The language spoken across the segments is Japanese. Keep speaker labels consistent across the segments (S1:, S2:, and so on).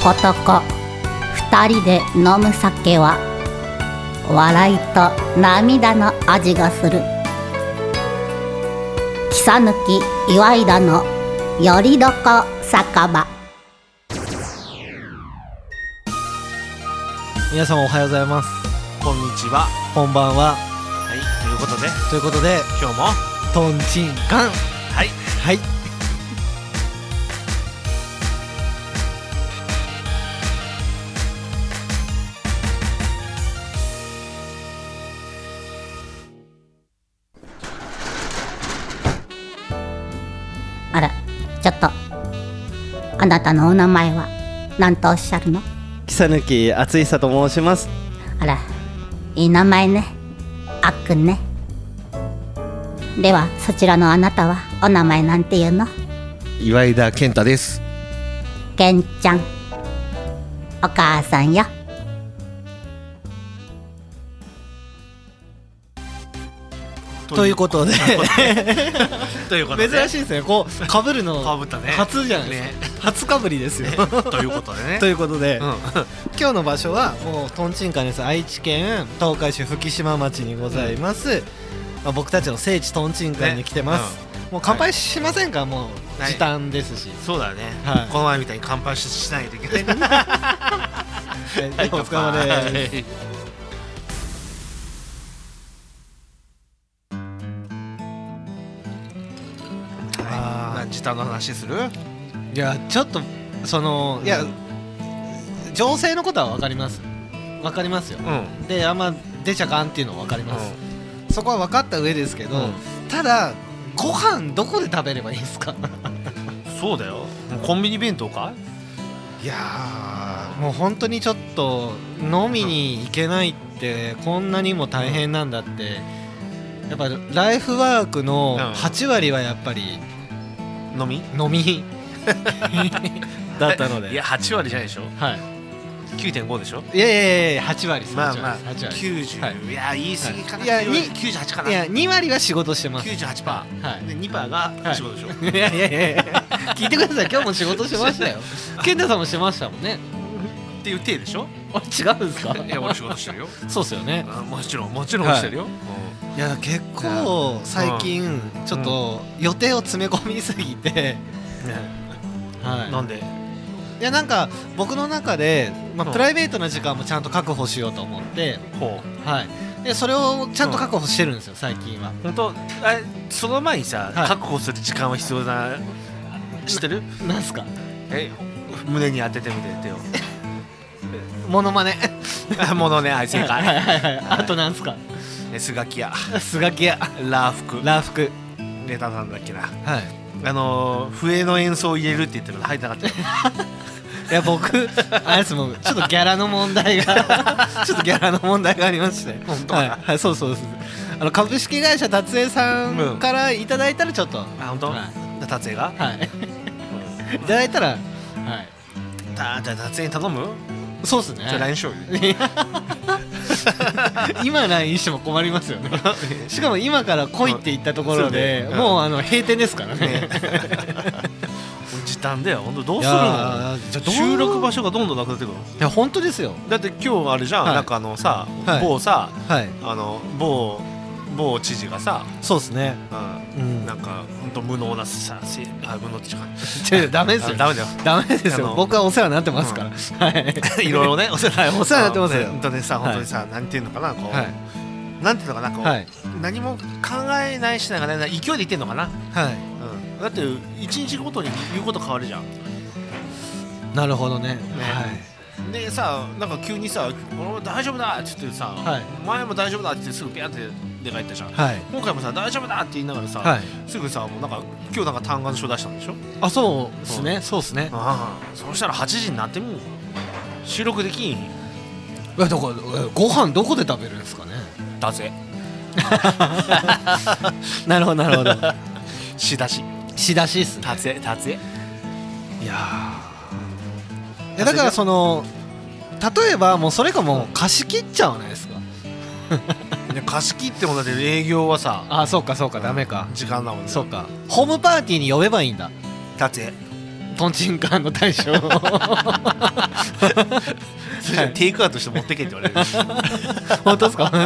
S1: 男二人で飲む酒は笑いと涙の味がする木さぬき岩井田のよりどこ酒場
S2: 皆様おはようございます
S3: こんにちは。
S2: こんばんは
S3: はい、ということで、
S2: ということで
S3: 今日も、
S2: トンチンカン
S3: はい、
S2: はい
S1: あらちょっとあなたのお名前は何とおっしゃるの
S2: 木さぬきあついさと申します
S1: あらいい名前ねあっくんねではそちらのあなたはお名前なんていうの
S4: 岩井田健太です
S1: けんちゃんお母さんよ
S2: ということで
S3: ということで、
S2: 珍し
S3: い。
S2: いですねこうかぶるの
S3: 被ったね
S2: 初じゃないですか、初かぶりですよ
S3: ということで ね
S2: と。いうことで、
S3: うん、
S2: 今日の場所はもうトンチンカンです愛知県東海市吹島町にございます、まあ、僕たちの聖地トンチンカンに来てます、もう乾杯しませんか、もう
S3: はい
S2: 時短ですし、
S3: そうだね、
S2: はい
S3: この前みたいに乾杯ししないといけない ね。
S2: はいお疲れ様です、
S3: す。はい
S2: あー
S3: まあ時短の話する
S2: いやちょっとそのいや情勢のことは分かります分かりますよ
S3: うん、うん、
S2: であんま出ちゃかんっていうのは分かります、そこは分かった上ですけど、
S3: うん
S2: ただご飯どこで食べればいいですか
S3: そうだよ。もうコンビニ弁当か
S2: いやーもう本当にちょっと飲みに行けないってこんなにも大変なんだってやっぱライフワークの
S3: うん
S2: 8割はやっぱり
S3: 飲み
S2: 飲 み だったので
S3: いや、8割じゃないでしょ。
S2: はい、
S3: 9.5でしょ。
S2: いやいやいや8割です
S3: まあまあ
S2: 8割です8割です
S3: 90、
S2: はい
S3: い、や言い過ぎかな、
S2: はいいや
S3: より
S2: に
S3: 98か
S2: い
S3: な
S2: や2割は仕事してます
S3: 98パー、
S2: はい
S3: で2パーが仕事でしょ、
S2: いやいやいやいや聞いてください今日も仕事してま したよ健太さんもしてましたもんね
S3: っていう体でしょ
S2: あ違うん ですか
S3: いや俺仕事してるよ
S2: そうっすよね
S3: あもちろんもちろん
S2: はい
S3: してるよ、
S2: いや結構最近ちょっと予定を詰め込みすぎて、
S3: うん
S2: はい
S3: なんで
S2: いやなんか僕の中で、ま
S3: う
S2: あ、
S3: ん
S2: プライベートな時間もちゃんと確保しようと思って、
S3: ほ
S2: はい、でそれをちゃんと確保してるんですよ最近は
S3: う本当あれその前にさ、
S2: はい
S3: 確保する時間は必要だ知ってる
S2: なんすか
S3: え胸に当ててみて手を
S2: モノマ ネ
S3: あものねあい正
S2: はいはい
S3: 解
S2: はいはいあとなんすか
S3: えスガキ屋
S2: スガキ屋
S3: ラー服
S2: ラフク
S3: ネタなんだっけな
S2: はい
S3: あのー笛の演奏を入れるって言ってるの入ってなかった
S2: いや僕あれですもうちょっとギャラの問題がちょっとギャラの問題がありまして
S3: 本当
S2: はい、はい、そうそうそうあの株式会社達江さ
S3: うんん
S2: からいただいたらちょっと、
S3: あ本当
S2: は
S3: で達也が
S2: はいいただいたらはい
S3: たじゃあ達也に頼む
S2: そうっすね
S3: じゃあ LINE しようよ
S2: 今 LINE しても困りますよねしかも今から来いって言ったところで、
S3: そうだよ
S2: もうあの閉店ですからね
S3: ね 時短だよ本当どう
S2: い
S3: す
S2: や
S3: る
S2: ー
S3: の
S2: じゃあどう
S3: 収録場所がどんどんなくなってくるの
S2: いや本当ですよ
S3: だって今日あれじゃん、
S2: はい
S3: なんかあのさ、
S2: はい
S3: 某さ
S2: はい
S3: あの某某知事がさ、
S2: そうですね
S3: う、
S2: うんん
S3: なんか本当無能なさせあ無能って違う
S2: ちょダメです
S3: あ
S2: よ
S3: ダメだよ
S2: ダメです
S3: あ
S2: よ
S3: の
S2: 僕はお世話になってますから、はい
S3: いろいろねお世話
S2: はいお世話になってますよ
S3: あのね本当にさ本当にさ、なんていうのかなこう、
S2: はい
S3: なんていうのかなこう、
S2: はい
S3: 何も考えないしながら勢いで言ってんのかな、
S2: はい
S3: うん、だって一日ごとに言うこと変わるじゃん
S2: なるほどね
S3: でさなんか急にさ「俺も大丈夫だ」って言ってさ、
S2: はい
S3: 前も大丈夫だって言ってすぐピャンって出帰ったじゃん、
S2: はいはい
S3: 今回もさ「大丈夫だ」って言いながらさ、
S2: はい
S3: すぐさもうなんか今日なんか嘆願書出したんでしょ
S2: あそうですねそうですね
S3: ああそしたら8時になってもう収録できん
S2: いやだからえご飯どこで食べるんですかね
S3: だぜ
S2: なるほどなるほど
S3: しだし
S2: 仕出しっすね
S3: たつえたつえ
S2: いやーいやだからその例えばもうそれかもう貸し切っちゃわないですか
S3: 貸し切ってもだって営業はさ
S2: あそうかそうかダメか
S3: 時間だもんね
S2: そうかホームパーティーに呼べばいいんだ
S3: たつえ
S2: トンチンカンの大将
S3: それじゃテイクアウトして持ってけって言われる
S2: 本当ですか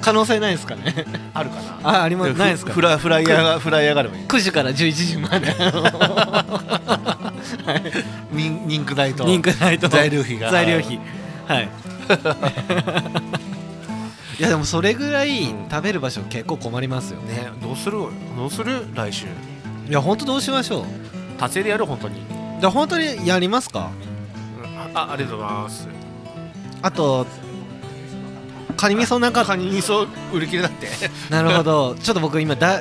S2: 可能性ないですかね
S3: あるかな
S2: ああり ますないですか
S3: フラフライヤーがフライヤーがあればいい
S2: 9時から11時ま で
S3: 人人工代と
S2: 人気ないと
S3: 材料費が
S2: 材料費はい いやでもそれぐらい
S3: うん
S2: 食べる場所結構困りますよね
S3: ねどうするどうする来週
S2: いや本当どうしましょう
S3: 達成でやる本当に
S2: じゃあ本当にやりますか
S3: あありがとうございます
S2: あとカニ味噌なんか
S3: カニ味噌売り切れだって
S2: なるほどちょっと僕今だ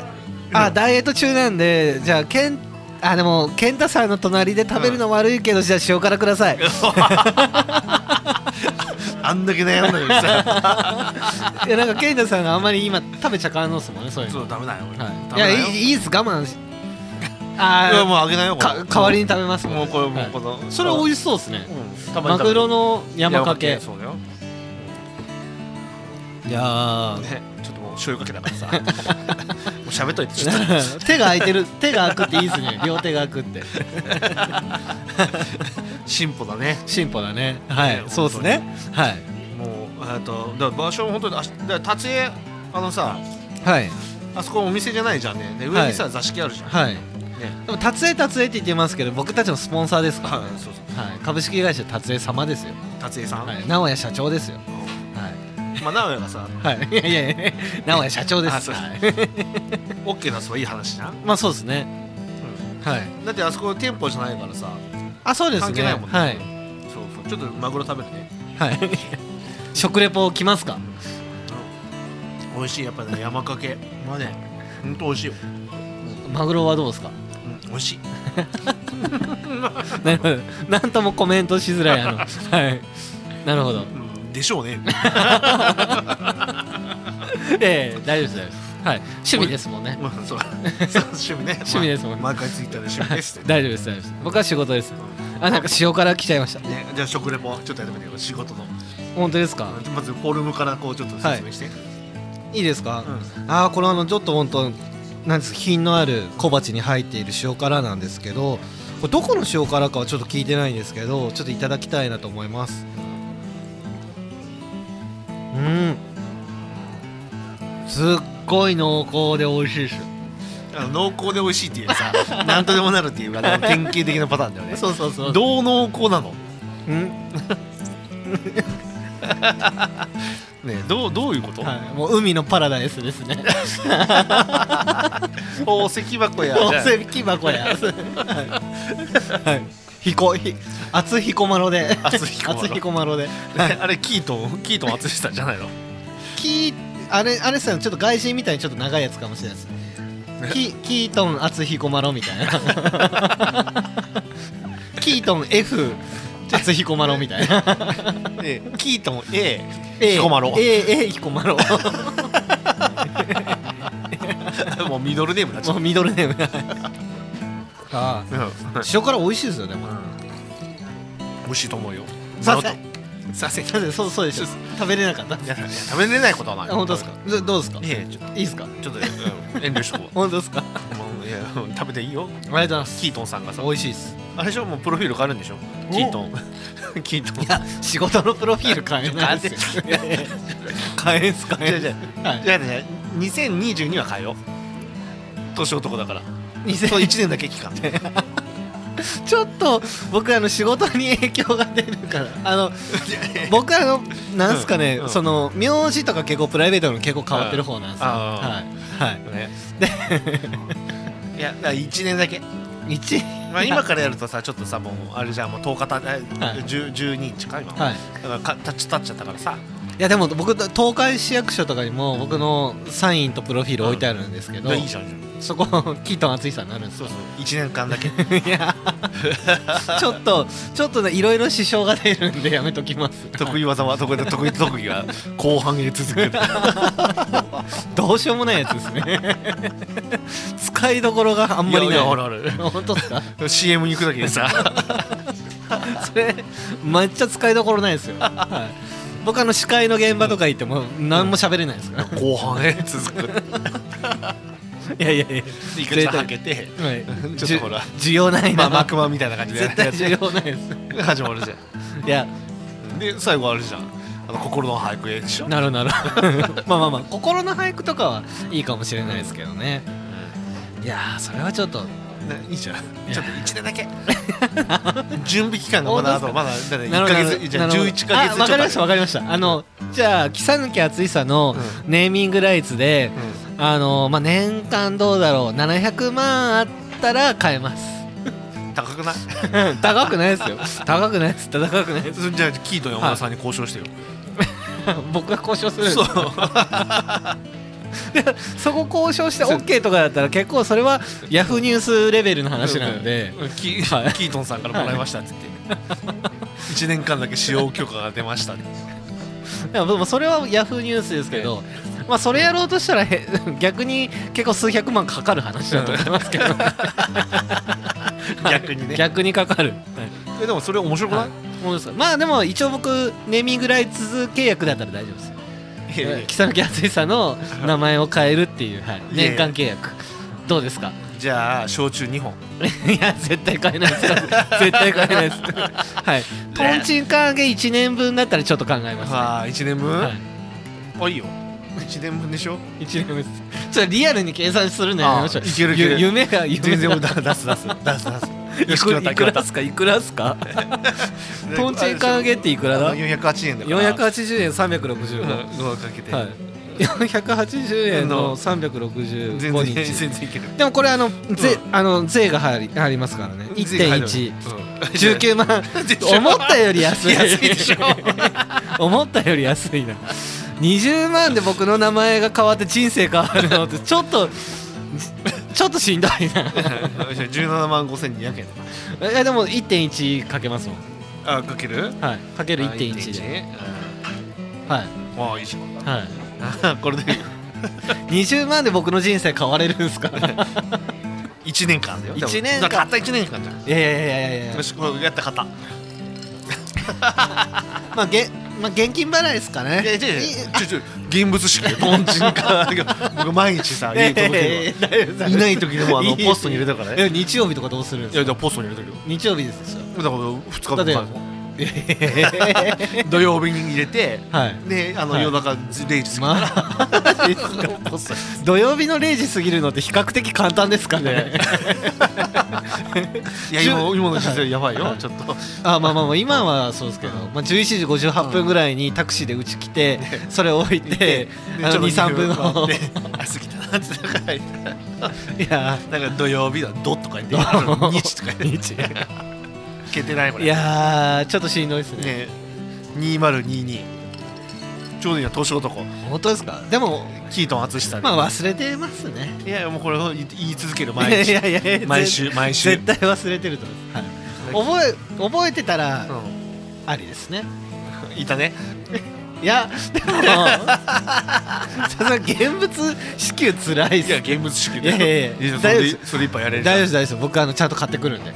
S2: あダイエット中なんでじゃあけんあでも健太さんの隣で食べるの悪いけど、じゃあ塩辛ください
S3: あんだけ悩んだのにさ
S2: いやなんか健太さんがあんまり今食べちゃかんのっすもんねそういうの
S3: そうダメだよ俺
S2: はい、
S3: ダ
S2: い
S3: メだ
S2: や
S3: よ
S2: いいいいっす我慢しあ
S3: い
S2: ー
S3: やもうあげないよこ
S2: か
S3: れ
S2: 代わりに食べます
S3: もうこれもうこ
S2: は
S3: の
S2: いそれ美味しそうですね
S3: うんたまに
S2: マ
S3: 食べ
S2: グ
S3: る
S2: ロの山かけ
S3: そうだよ
S2: いやー
S3: ねちょっともう醤油かけだからさもう喋っといてちょっと
S2: 手が空いてる手が空くっていいです ね両手が空くって
S3: 進歩だね
S2: 進歩だねはい
S3: ね
S2: そうですねはい
S3: もうえっとだから場所も本当にあしだから達江あのさ
S2: はい
S3: あそこお店じゃないじゃんねで上にさ座敷あるじゃん
S2: はいでも達江達江って言ってますけど僕たちのスポンサーですから、
S3: は
S2: ね
S3: いそうそう
S2: はい、株式会社達江様ですよ、
S3: 達江さん
S2: はい、直哉社長ですよは
S3: まあ名古屋がさ
S2: い、はい、いやいやいや直哉社長で
S3: あ
S2: す
S3: そう
S2: はい
S3: オッケー出せばいい話じゃん
S2: まあそうですね、はい
S3: だってあそこ店舗じゃないからさ
S2: あそうですね
S3: 関係ないもんね
S2: はい
S3: そうそうちょっとマグロ食べるね
S2: はい。食レポ来ますか。
S3: 美味しいやっ ぱね山かけまあねほんと美味しいよ
S2: マグロはどうですか。
S3: うん美味しい
S2: なるほど。なんともコメントしづらいあの。はい。なるほど。
S3: うんでしょう ね
S2: ええ大丈夫です大丈夫です。はい。趣味ですもんね。
S3: まあそうそう 趣味ね
S2: 趣味ですもんね
S3: 毎回ツイッターで趣味ですって
S2: 大丈夫です大丈夫です。僕は仕事です。あなんか塩辛来ちゃいました。
S3: ねじゃあ食レポちょっとやってみてよ仕事の
S2: 本当ですか。
S3: まずフォルムからこうちょっと説明して
S2: いいですか。
S3: うん
S2: ああこれあのちょっと本当なんです品のある小鉢に入っている塩辛なんですけど。これどこの塩辛かはちょっと聞いてないんですけどちょっといただきたいなと思いますうんすっごい濃厚で美味しいです
S3: あの濃厚で美味しいっていうさ なんとでもなるっていうあの典型的なパターンだよね
S2: そうそうそ
S3: どう濃厚なの
S2: うん、
S3: ねどうどういうこと、
S2: はい、もう海のパラダイスですね
S3: 宝石箱や
S2: 宝
S3: じゃ
S2: 石箱 やはいひこひ 厚ひこまろで
S3: 厚彦摩呂
S2: 厚彦摩呂で
S3: あ あれキートンキートン淳さんじゃないの
S2: キーあれあれさちょっと外人みたいにちょっと長いやつかもしれないですキキートン厚彦摩呂みた いなキートン F 厚彦摩呂みたいな
S3: でキートン A
S2: え
S3: 彦摩呂
S2: A A 彦摩呂
S3: もうミドルネームになっちゃ
S2: もうミドルネームああ
S3: う
S2: 塩辛美味しいですよねもう
S3: 美味しいと思うよ
S2: させ
S3: させい
S2: させそうそうでしょ食べれなかった
S3: やいや食べれないことはない
S2: あ本当ですかどどうですかい
S3: ええちょ
S2: いですか
S3: ちょっと、うん遠慮しとこ
S2: 本当ですか
S3: うもういやうん食べていいよ
S2: ありがとうございます
S3: キートンさんがさ
S2: 美味しいです
S3: あれでしょもうプロフィール変わるんでしょキートンキートン
S2: いや仕事のプロフィール変えないですよ変えんす変えん
S3: 違う違う
S2: はい
S3: じゃあね2022は変えよう年男だからそう
S2: 2000
S3: 1年だけ期間
S2: ちょっと僕あの仕事に影響が出るからあの僕あのなんすかね、
S3: うん
S2: その名字とか結構プライベートの結構変わってる方なんですよ、
S3: うんあ
S2: はいは
S3: ねいやだから1年だけ
S2: い1
S3: まあ今からやるとさちょっとさもうあれじゃんもう10日た、え
S2: はい
S3: 10 12日か今、
S2: はい
S3: だからかたち立っちゃったからさ
S2: いやでも僕東海市役所とかにも僕のサインとプロフィール置いてあるんですけど、
S3: いいじゃんいいじゃん
S2: そこキートン厚さんになるんです
S3: そう
S2: よ
S3: そう1年間だけ
S2: いやちょっとちょっとねいろいろ支障が出るんでやめときます
S3: 得意技は得意得意特技は後半へ 続く
S2: どうしようもないやつですね使いどころがあんまりない
S3: ややあるある
S2: 本当ですか
S3: CM に行くだけ でさ
S2: それめっちゃ使いどころないですよ、はい、僕あの司会の現場とか行っても何も喋れないですから、
S3: 後半へ続く
S2: いやいやいや
S3: でいくつかはけて
S2: はい
S3: ちょっとほら
S2: じ需要ない
S3: ま
S2: な、
S3: あマクマみたいな感じで
S2: 絶対需要ないです
S3: で始まるじゃ
S2: いや
S3: んで最後あれじゃんあの心の俳句絵でしょ
S2: なるなる まあまあまあ心の俳句とかはいいかもしれないですけどねいやーそれはちょっと
S3: ねいいじゃんちょっと一年だけ 準備期間がまだあとまだだって一
S2: なるほ
S3: ヶ
S2: ど
S3: 月じゃ
S2: なるほど
S3: 十一ヶ
S2: あ
S3: 月
S2: わ
S3: ちょ
S2: かり
S3: っ
S2: ました
S3: と
S2: わかりましたあのじゃあ木更木厚久の
S3: う
S2: ネーミングライツで、あのまあ年間どうだろう700万あったら買え ます
S3: うん高くない
S2: 高くないですよ高くないです高くないです
S3: それじゃあキーと山田さんに交渉してよ
S2: 僕が交渉するんです
S3: そう
S2: そこ交渉して OK とかだったら結構それはヤフーニュースレベルの話なんで
S3: うんキ
S2: はい
S3: ーキートンさんからもらいましたっつって 1年間だけ使用許可が出ましたって
S2: でもそれはヤフーニュースですけど、まあ、それやろうとしたらへ逆に結構数百万かかる話だと思います けど
S3: 逆にね
S2: 逆にかかる、
S3: えでもそれ面白くな
S2: はいいもうですまあでも一応僕ネーミングライツ契約だったら大丈夫ですよ
S3: いやいや
S2: 木更木敦さんの名前を変えるっていう、はい、
S3: いやい
S2: 年
S3: や
S2: 間契約どうですか
S3: じゃあ焼酎2本
S2: いや絶対変えないです絶 対変えないですはいとんちんかんげ1年分だったらちょっと考えますね、
S3: ああ1年分
S2: はい
S3: あいいよ1年分でしょ
S2: 一年目ですちょっとリアルに計算するのやめましょう
S3: あいけるいける
S2: ゆ夢が夢が
S3: 全然俺だ出す出す出す出す
S2: い
S3: よし
S2: く
S3: 決ま
S2: ら
S3: った
S2: いくら
S3: 決ま
S2: っ
S3: っ
S2: すかいくらっすか
S3: た
S2: とんちんかんげっていくらだ
S3: あの408円だから
S2: 480円365
S3: うん
S2: は
S3: ごまかけて
S2: い480円の365
S3: 全然
S2: 日
S3: 全然いける
S2: でもこれあの税あの税が入り入りますからね1.119万 思ったより安い
S3: 安いでしょ
S2: 思ったより安いな20万で僕の名前が変わって人生変わる のってちょっとちょっとしんどいな
S3: 17万5200円
S2: いやでも1.1かけますもん
S3: あかける
S2: はいかける1.1
S3: 1.1
S2: で
S3: で
S2: はい
S3: ああいいじゃ
S2: はい
S3: ん これで
S2: 20万で僕の人生変われるん ですか
S3: 1年間だよ
S2: 一年間
S3: だからたった1年間じゃん
S2: いやいやいやいやいや
S3: よしこれやった買った
S2: まあげまあ現金払いですかね
S3: いやいやいやちょちょ現物しかよとんち んかん僕毎日さ家に届けるわいない時でもあのポストに入れたからね
S2: え日曜日とかどうするん
S3: い
S2: です
S3: や
S2: か
S3: じゃあポストに入れたけど
S2: 日曜日ですよ
S3: だから2日後
S2: だって
S3: 買うの土曜日に入れて
S2: はい
S3: であの
S2: はい
S3: 夜中0時過
S2: まあ
S3: ぎからポストに
S2: 土曜日の0時過ぎるのって比較的簡単ですかね
S3: いや
S2: 十
S3: 今今の時勢やばいよちょっ と
S2: あまあまあまあ今はそうですけど、まあ、11時58分ぐらいにタクシーでうち来てそれを置いて
S3: でちょっと
S2: 23分の
S3: 待って あ過ぎたなってなんか言って
S2: いや
S3: なんか土曜日だドと か言って
S2: どう
S3: あの日とか言って
S2: 日
S3: いけてないこれ
S2: いやーちょっとしんどいですね
S3: ね2022ちょうどいいや年男
S2: 本当ですかでも
S3: キートン淳さん
S2: まあ忘れてますね
S3: いやもうこれを言い言い続ける
S2: いや
S3: 毎
S2: い
S3: 日
S2: やいや
S3: 毎週毎週
S2: 絶対忘れてると思います、はい、覚え覚えてたら
S3: う
S2: ありですね
S3: んいたね
S2: いやでもさすがに現物支給つらいっ
S3: い
S2: す
S3: や現物支給
S2: いやいやいや
S3: いやそ
S2: 大丈夫
S3: れ
S2: で
S3: でそれ一杯やれ
S2: 大丈夫で
S3: る夫
S2: す大丈夫です僕あのちゃんと買ってくるんで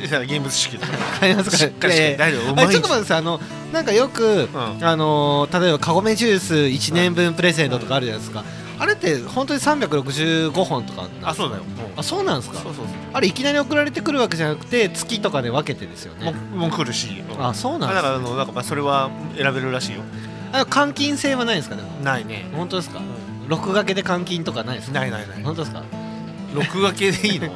S3: いや現物支給だ
S2: 買います
S3: し
S2: か
S3: っ
S2: ら
S3: かりし
S2: いやい
S3: て
S2: や
S3: 大丈夫うま
S2: あ
S3: い
S2: ちょっと待ってくださいあのなんかよく、
S3: ん
S2: あのー例えばカゴメジュース1年分プレゼントとかあるじゃないですか、あれって本当に365本とかなんですか
S3: あそうだよもう
S2: あそうなんですか
S3: そうそうそ
S2: あれいきなり送られてくるわけじゃなくて月とかで分けてですよ
S3: うもう
S2: ね
S3: もう来るしうん
S2: あそうなん
S3: あ
S2: で
S3: だ
S2: す
S3: からあのなんかまあそれは選べるらしいよ
S2: あ換金制はないんですかでも
S3: ないね
S2: 本当ですか録掛けで換金とかないですか
S3: ないないない
S2: 本当ですか
S3: 録画系で いいの
S2: い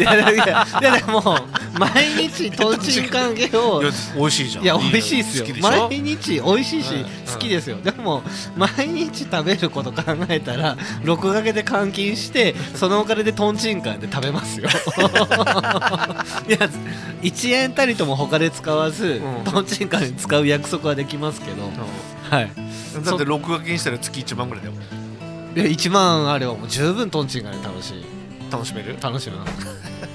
S2: やいやいやでも毎日とんちんかんげを
S3: いや美味しいじゃん
S2: いや美味しいですよ
S3: 好きでしょ
S2: 毎日美味しいし、
S3: うん
S2: 好きですよでも毎日食べること考えたら録掛けで換金してそのお金でとんちんかんで食べます よいや1円たりとも他で使わず、
S3: うん
S2: とんちんかんに使う約束はできますけど、はい
S3: うんだって録画系にしたら月1万ぐらいだよ
S2: で1万あればもう十分とんちんかんで楽しい
S3: 楽しめる
S2: 楽しみな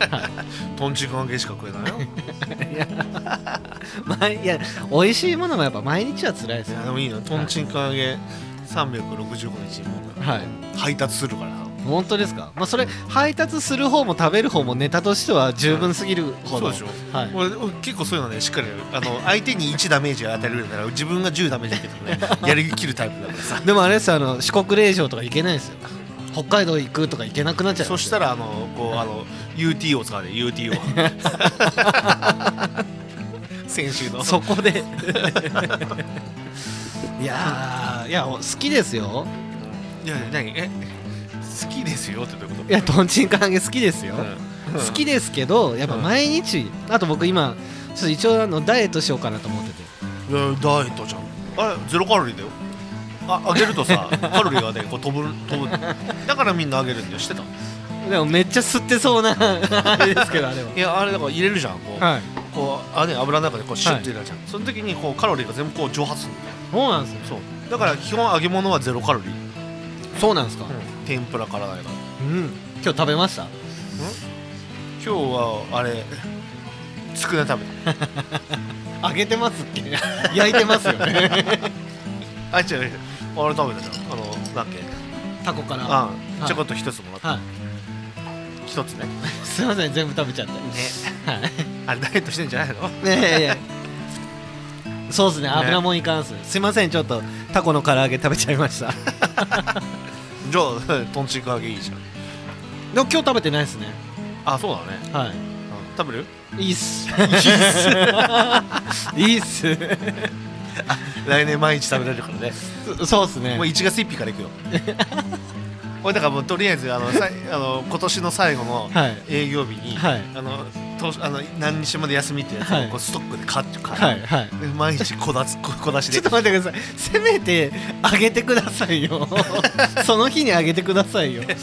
S3: とんちんかん系しか食えないよ
S2: まあいや美味しいものもやっぱ毎日は辛いです
S3: い
S2: よ
S3: やでもいいなとんちんかんげ365日も
S2: はい
S3: 配達するから
S2: 本当ですか、まあ、それ配達する方も食べる方もネタとしては十分すぎるほ
S3: そ
S2: ど、
S3: うでしょ、
S2: はい
S3: 俺俺結構そういうのねしっかりやるあの相手に1ダメージ与えるなら自分が10ダメージ受けてねやりきるタイプだからさ
S2: でもあれですよあの四国霊場とか行けないですよ北海道行くとか行けなくなっちゃう
S3: そしたらあのこうあの UT を使うで UT を先週の
S2: そこ でいやーいや好きですよ
S3: いや何え好きですよってどういうこと
S2: いやとんちんかんげ好きですよ、
S3: うん
S2: 好きですけどやっぱ毎日、あと僕今ちょっと一応あのダイエットしようかなと思ってて
S3: いやダイエットじゃんあれゼロカロリーだよああげると さカロリーがねこう飛ぶ飛ぶだからみんなあげるんだよしてた
S2: でもめっちゃ吸ってそうな あれですけどあれはい
S3: やあれだから入れるじゃんこう,、
S2: はい
S3: こうあね油の中でこうシュッて入れるじゃん、その時にこうカロリーが全部こう蒸発するんだよ
S2: そうなんですよ
S3: そうだから基本揚げ物はゼロカロリー、
S2: そうなんですか
S3: 天ぷらからだから
S2: うん、今日食べました
S3: 今日はあれつくね食べた
S2: 揚げてますっ け焼いてますよ ね
S3: あ違う違うあれ食べたじゃんあのなんだっけ
S2: タコから
S3: あ
S2: はい
S3: ちょこっと一つもらった
S2: は
S3: 一つねね
S2: いすいません全部食べちゃってはい
S3: あれダイエットしてんじゃないの
S2: ねえいやいやそうですね
S3: ね
S2: 油もんいかんっすすいませんちょっとタコの唐揚げ食べちゃいました
S3: じゃあとんちく揚げいいじゃん
S2: でも今日食べてないですね
S3: あそうだね、
S2: は
S3: うん、食べる
S2: いいいっす いいっすいいっ
S3: 来年毎日食べられるからね
S2: すそうっすね
S3: もう1月1日からい くよ俺だからもうとりあえずあのさいあの今年の最後の
S2: はい
S3: 営業日に、
S2: はい
S3: あのとあの何日まで休みってやつ
S2: は
S3: を
S2: い
S3: こうストックで買って買う、
S2: はいはい
S3: で毎日こだつこ小出し
S2: ちょ
S3: で
S2: っと待ってくださいせめてあげてください よその日にあげてくださいよ
S3: いや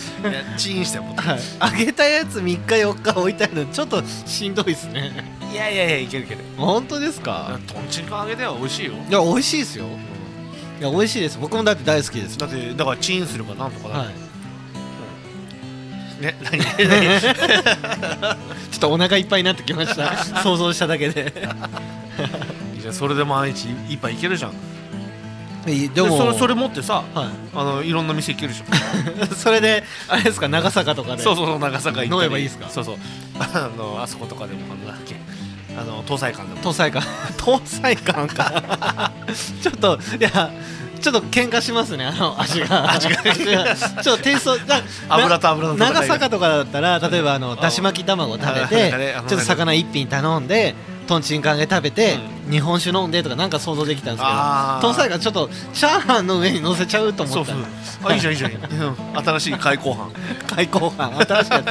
S3: チーンしてもう
S2: はい、あげたやつ3日4日置いたのちょっとしんどいですね
S3: いやいやいやいけるいける
S2: 本当ですか
S3: とんちんかん揚げでは美味しいよ
S2: いや美味しいですよいや美味しいです僕もだって大好きです
S3: だってだからチーンするかなんとかだ、
S2: はい
S3: ね何何
S2: ちょっとお腹いっぱいになってきました 想像しただけで
S3: じゃあそれで毎日一杯いけるじゃん
S2: で
S3: そ
S2: も
S3: れそれ持ってさ
S2: は
S3: あのいろんな店行けるじゃん
S2: い、それであれですか長坂とかで
S3: そうそうそう長坂行っ
S2: 飲
S3: たり
S2: めばいいですか
S3: そうそうあのあそことかでもあのなんだっけあの東西館でも
S2: 搭載感 搭載感か ちょっといやちょっと喧嘩しますねあの味が味がちょっとテイストな
S3: 油と油の戦いが
S2: 長坂とかだったら例えばあの
S3: あ
S2: だし巻き卵食べ
S3: ああれ
S2: て
S3: あの
S2: ちょっと魚一品頼んでとんちんかんげ食べて、日本酒飲んでとかなんか想像できたんですけど
S3: あー
S2: 搭載感ちょっとチャーハンの上に乗せちゃうと思
S3: そう
S2: った
S3: そうあいいじゃんいいじゃんうん新しい開口飯
S2: 開口飯新しいやつ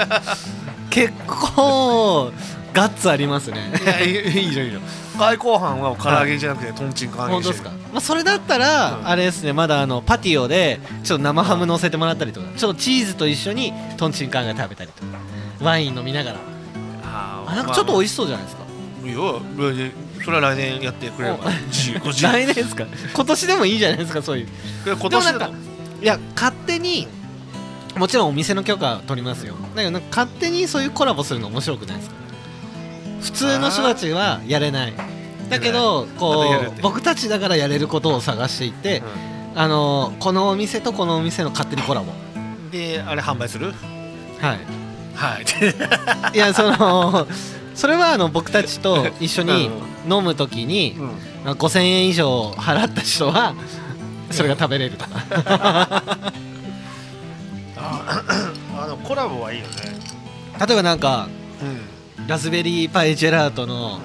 S2: 結構ガッツあります ね
S3: いやいいいいじゃんいいじゃん開口飯は唐揚げじゃなくてとんちんかん
S2: 本
S3: 揚げ
S2: 当で
S3: にし
S2: す
S3: て
S2: か
S3: る、
S2: まあ、それだったら、
S3: うん
S2: あれですねまだあのパティオでちょっと生ハム乗せてもらったりとかちょっとチーズと一緒にとんちんかんが食べたりとかワイン飲みながら
S3: あ
S2: あなんかちょっと美
S3: い
S2: 味しそうじゃないですか、
S3: いよ来年それは来年やってくれれば自由自由
S2: 来年ですか今年でもいいじゃないですかそういう
S3: これ今
S2: でもな
S3: 年
S2: ん
S3: だ
S2: か
S3: と
S2: いや勝手にもちろんお店の許可は取りますよだけどなんか勝手にそういうコラボするの面白くないですか普通の人たちはやれないだけどこ
S3: またやるって
S2: う僕たちだからやれることを探していって、あのこのお店とこのお店の勝手にコラボ
S3: うんであれ販売する
S2: はい
S3: はい
S2: いやそのそれはあの僕たちと一緒に飲むときに
S3: うん
S2: まあ5000円以上払った人はそれが食べ れるとか
S3: ああのコラボはいいよね
S2: 例えばなんか
S3: うん
S2: ラズベリーパイジェラートの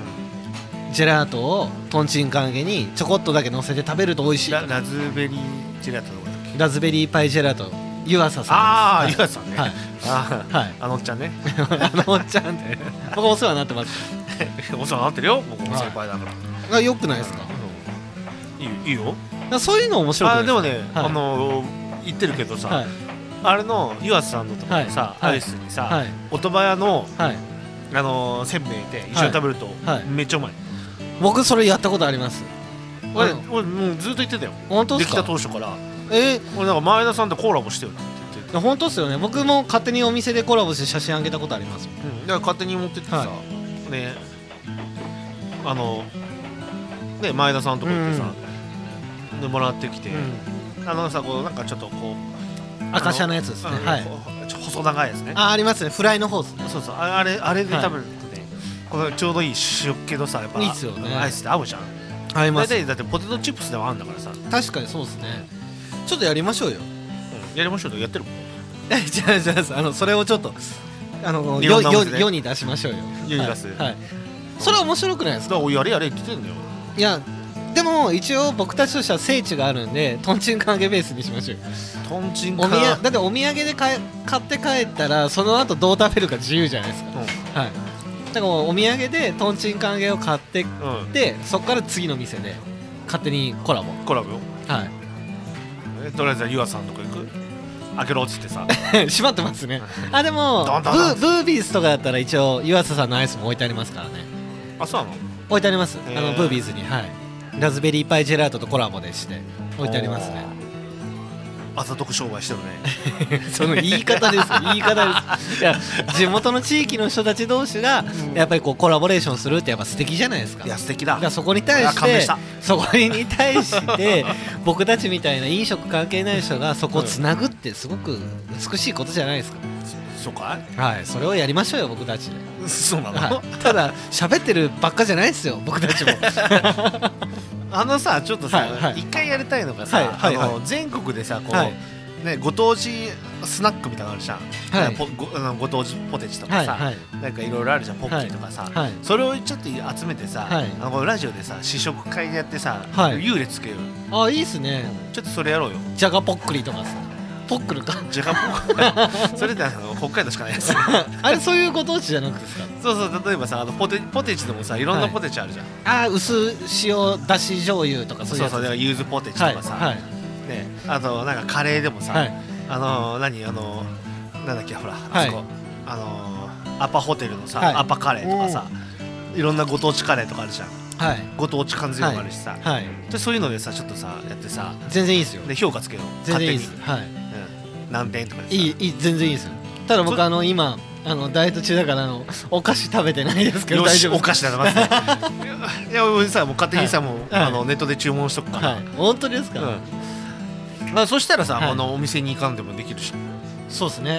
S2: ジェラートをとんちんかんげにちょこっとだけ乗せて食べると美味しい
S3: ララズベリージェラートのことだっけ
S2: ラズベリーパイジェラート湯浅
S3: あ
S2: さん
S3: あ
S2: で
S3: ゆ
S2: すは
S3: う
S2: い
S3: さんね
S2: はい
S3: あー
S2: はい
S3: あのおっちゃんね
S2: あのおっちゃんで僕お世話になってます
S3: お世話になってるよ僕も先輩だから
S2: あよくないですか
S3: いいいいよ
S2: だからそういうの面白く
S3: あ
S2: な
S3: ー
S2: い
S3: でも
S2: す
S3: ね
S2: はい
S3: あのー言ってるけど
S2: かはい
S3: さあれの湯浅さんのところにさ
S2: はい
S3: アイスに
S2: は
S3: さ
S2: い
S3: 音羽屋の
S2: はい
S3: あのーせんべいで一緒に食べると
S2: はい
S3: めっちゃうまい
S2: 僕それやったことあります
S3: 俺
S2: あの
S3: 俺もうずっと言ってたよ
S2: 本当で
S3: ですきた
S2: か
S3: 当初から
S2: え
S3: 俺なんか前田さんとコラボしてよって言ってて
S2: ー本当っすよね僕も勝手にお店でコラボして写真あげたことありますもん
S3: うんだから勝手に持ってってさ
S2: は
S3: ねあのね前田さんとこ行ってさでもらってきてあのさこうなんかちょっとこう
S2: 赤シャのやつですね
S3: あの
S2: はい
S3: ちょ細長いですね
S2: あありますねフライの方ですね
S3: そうそうああれあれで食べるとね、このちょうどいい塩気とさやっぱ
S2: いいっすよね
S3: アイスって合うじゃん
S2: ありま
S3: 大
S2: す
S3: 体だってポテトチップスでもあるんだからさ、うん
S2: 確かにそうですねちょっとやりましょうよ
S3: やりましょうとやってるもん
S2: じゃあじゃああのそれをちょっとあの
S3: い
S2: 世
S3: ろんなお
S2: 世
S3: 店ね
S2: 世に出しましょうよ
S3: 世に出す
S2: はいはい、それは面白くないです
S3: だ
S2: か
S3: からおいやれやれって言ってんだよ
S2: いやでも一応僕たちとしては聖地があるんでとんちんかん揚げベースにしましょうよ
S3: とんちん
S2: お
S3: か
S2: みやだってお土産で買え買って帰ったらその後どう食べるか自由じゃないですかはいだからもうお土産でとんちんかん揚げを買ってっ
S3: うん、うん、
S2: てそこから次の店で勝手にコラボ
S3: コラボよ
S2: は
S3: えとりあえずゆあさんとか行く開けろっつって さ
S2: い 閉まってますねあでも
S3: どん
S2: ブ
S3: どんどん
S2: ーブービーズとかだったら一応湯浅さんのアイスも置いてありますからね
S3: あそうなの
S2: 置いてありますあ
S3: へー
S2: のブービーズにはいラズベリーパイジェラートとコラボでして置いてありますね
S3: あざとく商売してるね
S2: その言い方です言い方 ですいや地元の地域の人たち同士がやっぱりこうコラボレーションするってやっぱ素敵じゃないですか
S3: いや
S2: だ
S3: 素敵だ
S2: からそこに対し
S3: あ勘弁してた
S2: そこに対して 僕たちみたいな飲食関係ない人がそこをつなぐってすごく美しいことじゃないですか
S3: そうか
S2: はいそれをやりましょうよ僕たちで、
S3: いそうなの、
S2: はい、ただ喋ってるばっかじゃないですよ僕たち も
S3: あのさちょっとさ、
S2: はいはい
S3: 一回やりたいのがさ、
S2: はいはいはい
S3: あの全国でさこう、
S2: はい
S3: ね、ご当地スナックみたいなのあるじゃん、
S2: はい
S3: ポごあのご当地ポテチと
S2: は
S3: か
S2: い
S3: さ、
S2: はい
S3: なんかいろいろあるじゃんポッキーとかさ、
S2: はい
S3: それをちょっと集めてさ、
S2: はい
S3: あのこのラジオでさ試食会でやってさ、
S2: はい
S3: 幽霊つけようよ
S2: あいいっすね
S3: ちょっとそれやろうよ
S2: じゃがぽっくりとかさぽっくるか
S3: じゃがポッそれってあの北海道しかないやつ
S2: あれそういうご当地じゃなくてですか
S3: そうそう例えばさあのポテポテチでもさいろんなポテチあるじゃん、
S2: あー薄塩だし醤油とかそ
S3: そうう
S2: いう
S3: そう
S2: やつ
S3: だからユーズポテチと
S2: はい
S3: かさ、
S2: はい
S3: ね、あとなんかカレーでもさ、
S2: はい
S3: あのー何あのーなんだっけほら
S2: は
S3: あ
S2: い
S3: そこ、あのーアパホテルのさ、
S2: はい
S3: アパカレーとかさいろんなご当地カレーとかあるじゃん
S2: はい
S3: ご当地缶詰もあるしさ、
S2: はい
S3: でそういうのでさちょっとさやってさ
S2: 全然いいですよ
S3: で評価つけよう
S2: 全然いいで
S3: 勝
S2: す
S3: 手
S2: は
S3: に、うん、何点とかでさ
S2: いいいいいい全然いいですよただ僕
S3: そ
S2: あの今あのダイエット中だからあのお菓子食べてないですけど
S3: よ
S2: 大
S3: し
S2: 丈夫
S3: お菓
S2: 子
S3: 子だな まずいや俺さもう勝手にさ、もう、
S2: はい
S3: あのネットで注文しとくから、
S2: はい本当ですか、
S3: うんまあ、そしたらさ、
S2: はい
S3: あのお店に行かんでもできるし、う
S2: そうですね、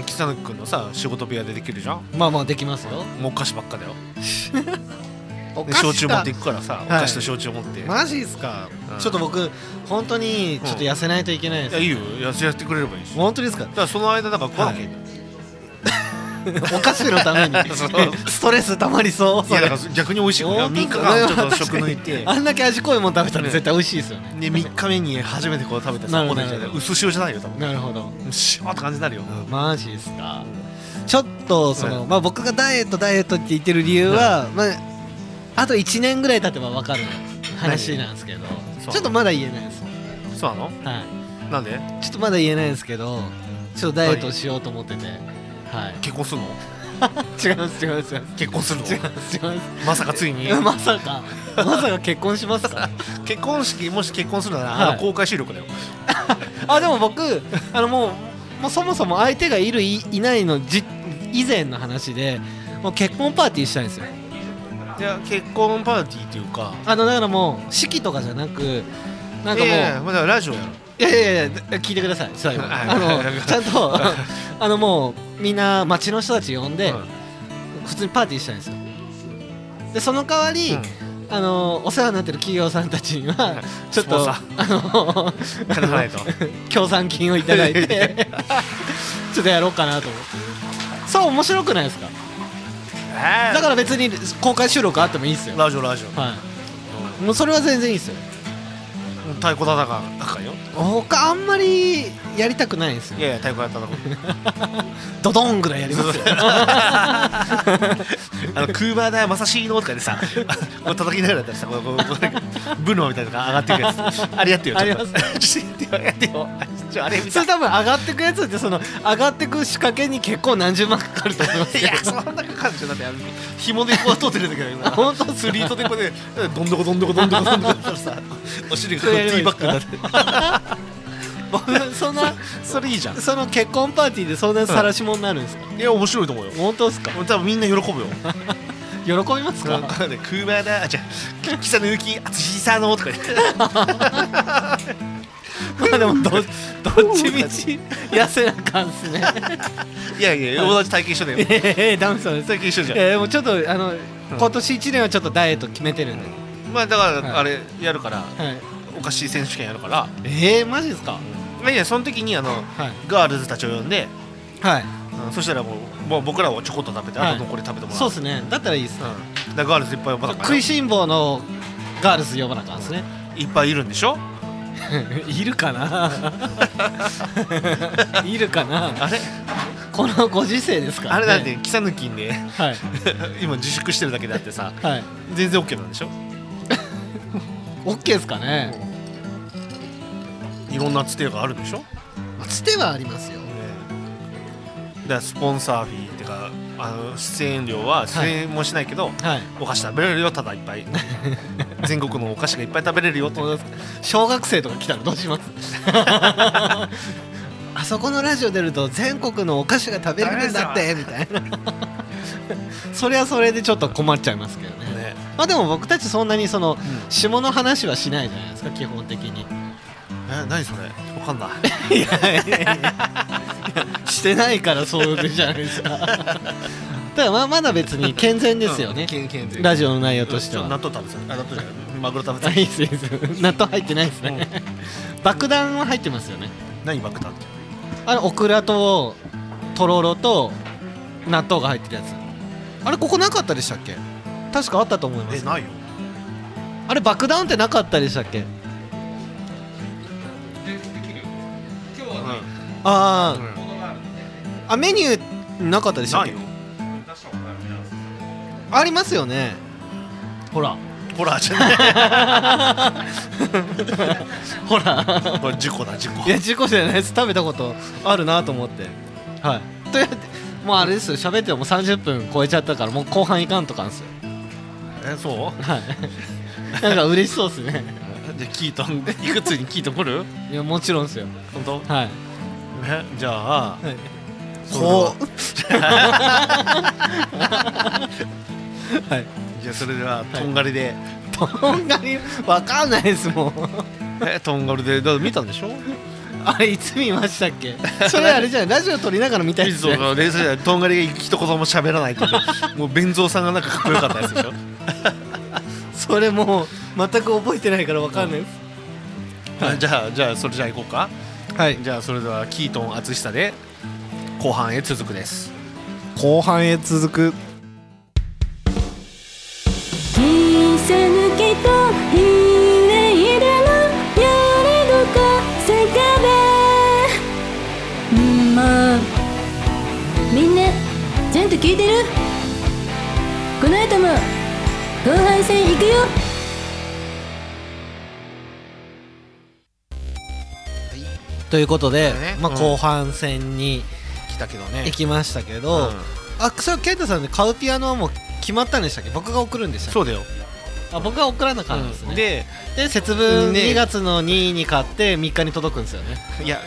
S3: ん、北野君のさ仕事部屋でできるじゃん
S2: まあまあできますよ
S3: もうお菓子ばっかだよ
S2: お
S3: で
S2: 菓子か
S3: 焼酎持っていくからさ、
S2: い
S3: お菓子と焼酎持って、
S2: マジですか、
S3: うん
S2: ちょっと僕本当にちょっと痩せないといけないで
S3: い
S2: す、
S3: やいいよややってくれればいいしだか
S2: 本当ですから
S3: その間だから来なきゃいい、
S2: お菓子のために
S3: そう
S2: ストレスたまりそう
S3: いやだから逆に美味しいから3日間ちょっと食抜い て
S2: あんだけ味濃いもん食べたら絶対美味しいですよね
S3: で3日目に初めてこう食べた
S2: な
S3: さ
S2: るほ
S3: ポ
S2: ど
S3: テチじゃない
S2: なるほ
S3: 薄塩じゃないよ多分
S2: なるほど
S3: 塩って感じになるよ、
S2: マジですかちょっとその、まあ、僕がダイエットダイエットって言ってる理由は、まあ、あと1年ぐらい経てば分かる話なんですけど
S3: そう
S2: ちょっとまだ言えないです、
S3: そうなの
S2: は
S3: なんで
S2: い、ちょっとまだ言えないですけどちょっとダイエットをしようと思ってて、はい、
S3: 結婚するの
S2: 違います違います違います
S3: 結婚するの
S2: 違います違いま
S3: まさかついに
S2: す まさかまさか結婚しますか
S3: 結婚式もし結婚するなら、
S2: はい
S3: あの公開収録だよ
S2: あでも僕あのもうもうそもそも相手がいるいいないのじ以前の話でもう結婚パーティーしたいんですよ
S3: いや結婚パーティーっていうか
S2: あのだからもう式とかじゃなくなんかもう、
S3: いやいやまだラジオやろ
S2: いやいやいやだ聞いてください最後
S3: はい
S2: あのちゃん とあのもうみんな町の人たち呼んで、
S3: うん
S2: 普通にパーティーしたいんですよでその代わり、あのお世話になってる企業さんたちにはちょっ
S3: スポン
S2: と
S3: サ
S2: あの
S3: 金払えと
S2: 協賛金をいただいてちょっとやろうかなと思ってそう面白くないですか
S3: え
S2: だから別に公開収録あってもいいですよ
S3: ーラジオラジオ、
S2: はいもうそれは全然いいですよ
S3: うん太鼓叩かなあかんよ
S2: 他あんまりやりたくないんですよ
S3: いやいや太鼓やったとこ
S2: ドドンぐらいやります よ
S3: あのクーバーだよまさしいのとかでさ こう叩きながらやったらさこうこうこうなんかブノーみたいなのが上がってくるやつあれやってよちょっと
S2: ありま
S3: ちょっとやってよやってよちょあれ見
S2: そ
S3: た
S2: れ多分上がってくやつってその上がってく仕掛けに結構何十万かかると思います
S3: い
S2: よ
S3: やそんな感じだってあの紐でこう取ってるんだけど
S2: あ本当っすか
S3: スリートでこうねどんどこどんどこどんどこどんどこってさお尻がこうティーバッグになって
S2: 僕そんな
S3: それいいじゃん
S2: その結婚パーティーでそんな晒し者になるんですか、
S3: いや面白いと思うよ
S2: 本当ですか
S3: 多分みんな喜ぶよ
S2: 喜びます
S3: な
S2: か
S3: んかね、クーバーだ、あ、じゃあ、キサの雪、あつしさ のとか言って。
S2: まあでもどどっちみち痩せなあかんっすね
S3: いやいや、同じ体験一緒だよ。
S2: ええダメそうです
S3: 体験一緒じゃん。
S2: えー、もうちょっとあの、今年1年はちょっとダイエット決めてるんで、
S3: まあ、だか
S2: はい
S3: ら、あれ、やるから、
S2: はい、
S3: おかしい選手権やるから。
S2: えー、マジですか、
S3: まあいいやその時にあの
S2: はい
S3: ガールズたちを呼んで、
S2: はい
S3: うんそしたらもうもう僕らはちょこっと食べて、
S2: はい
S3: あと残り食べてもらう
S2: そうですねだったらいいです
S3: うん、だからガールズいっぱい呼ばなかった
S2: 食いしん坊のガールズ呼ばなあかんですね
S3: いっぱいいるんでしょ
S2: いるか ないるかな
S3: あれ
S2: このご時世ですから、ね、
S3: あれだって貴様きんで
S2: はい
S3: 今自粛してるだけであってさ
S2: はい
S3: 全然 OK なんでしょ
S2: OK ですかね
S3: いろんなつてがあるんでしょ
S2: まあつてはありますよ
S3: だからスポンサーフィーってかあの出演料は出演もしないけど、
S2: はい
S3: お菓子食べれるよただいっぱい全国のお菓子がいっぱい食べれるよと
S2: 小学生とか来たらどうします あそこのラジオ出ると全国のお菓子が食べれるんだってみたいな それはそれでちょっと困っちゃいますけどね
S3: ね
S2: まあでも僕たちそんなにその下の話はしないじゃないですか基本的に
S3: え何それわかんない
S2: いやいやいやしてないからそういうじゃないです かただまあまだ別に健全ですよね、ラジオの内容としては
S3: ちょっと納豆食べてるあ納豆じゃないマグロ食べ
S2: あ
S3: て
S2: いいで
S3: る
S2: すいいです納豆入ってないですね、爆弾は入ってますよね
S3: 何爆弾って
S2: あれオクラととろろと納豆が入ってるやつあれここなかったでしたっけ確かあったと思いま
S3: え
S2: す
S3: ないよ
S2: あれ爆弾ってなかったでしたっけ
S3: う
S2: あ
S3: ん
S2: ああメニューなかったでしたっ
S3: な
S2: け
S3: いよ
S2: ありますよねほら
S3: ホラーじゃない
S2: ほら
S3: これ事故だ事 故
S2: いや事故じゃないです食べたことあるなと思ってはいというわけでもうあれですよ喋ってもう30分超えちゃったからもう後半いかんとかんですよ
S3: えそう
S2: はい なんか嬉しそうですね
S3: じゃあ聞いたいくつに聞いてくる
S2: いやもちろんですよ
S3: 本当
S2: はい
S3: えじゃあ
S2: こ
S3: う
S2: はい
S3: じゃあそれではとんがりで
S2: とんがりわかんないですもん
S3: えとんがりでだって見たんでしょ
S2: あれいつ見ましたっ けそれあれじゃないラジオ撮りながら見たい
S3: い
S2: で
S3: つ
S2: す
S3: も
S2: ね
S3: 冷静じゃないとんがりが一言も喋らないけど もう弁蔵さんがなんかかっこよかったやつでしょ
S2: それもう全く覚えてないからわかんないです
S3: あじゃあじゃあそれじゃあ行こうか
S2: はい
S3: じゃあそれではキートン淳久で後半へ続くです
S2: 後半へ続く
S5: 「切りさぬけとひねいでのやれどこせかべ」んーもうみんなちゃんと聞いてるこの後も後半戦行くよ
S2: ということで、
S3: ね
S2: まあ、
S3: うん
S2: 後半戦に
S3: 来たけどね
S2: 行きましたけ
S3: う
S2: ど、
S3: ん
S2: あそれ健太さんで買うピアノはもう決まったんでしたっけ僕が送るんでしたっ
S3: そうだよ
S2: けあ僕が送らなかったんですね、で
S3: で
S2: 節分
S3: ね
S2: 2月の2に買って3日に届くんですよね
S3: いや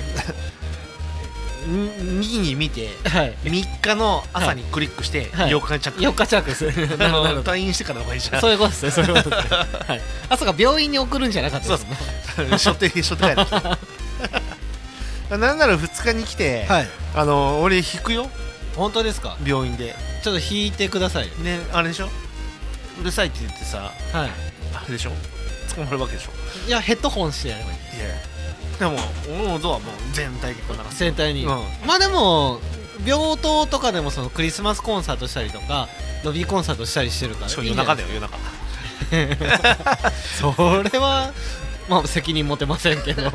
S3: 2に見て
S2: はい
S3: 3日の朝にクリックして
S2: はい
S3: 8日に着
S2: 4日着ですね なるほど
S3: あ の退院してからの方がいいじゃ ん
S2: そういうことですね、そういうことですね。はい。 あ、そうか、病院に送るんじゃなかったですね。
S3: 所定所定 なんなら2日に来て、
S2: はい。
S3: あの俺引くよ
S2: 本当ですか。
S3: 病院で
S2: ちょっと引いてくださいよ。
S3: ねあれでしょうるさいって言ってさ
S2: はい。
S3: あれでしょ捕まるわけでしょ
S2: いや、ヘッドホンしてやればいい。
S3: いやでも俺のドはもう全体でこうなんか
S2: 全体に。
S3: うん
S2: まあ、でも。病棟とかでもそのクリスマスコンサートしたりとかロビーコンサートしたりしてるから
S3: そう
S2: いい
S3: 夜
S2: んじゃな
S3: 中だ
S2: い
S3: よ夜
S2: で
S3: 中
S2: すかそれはまあ責任持てませんけ ど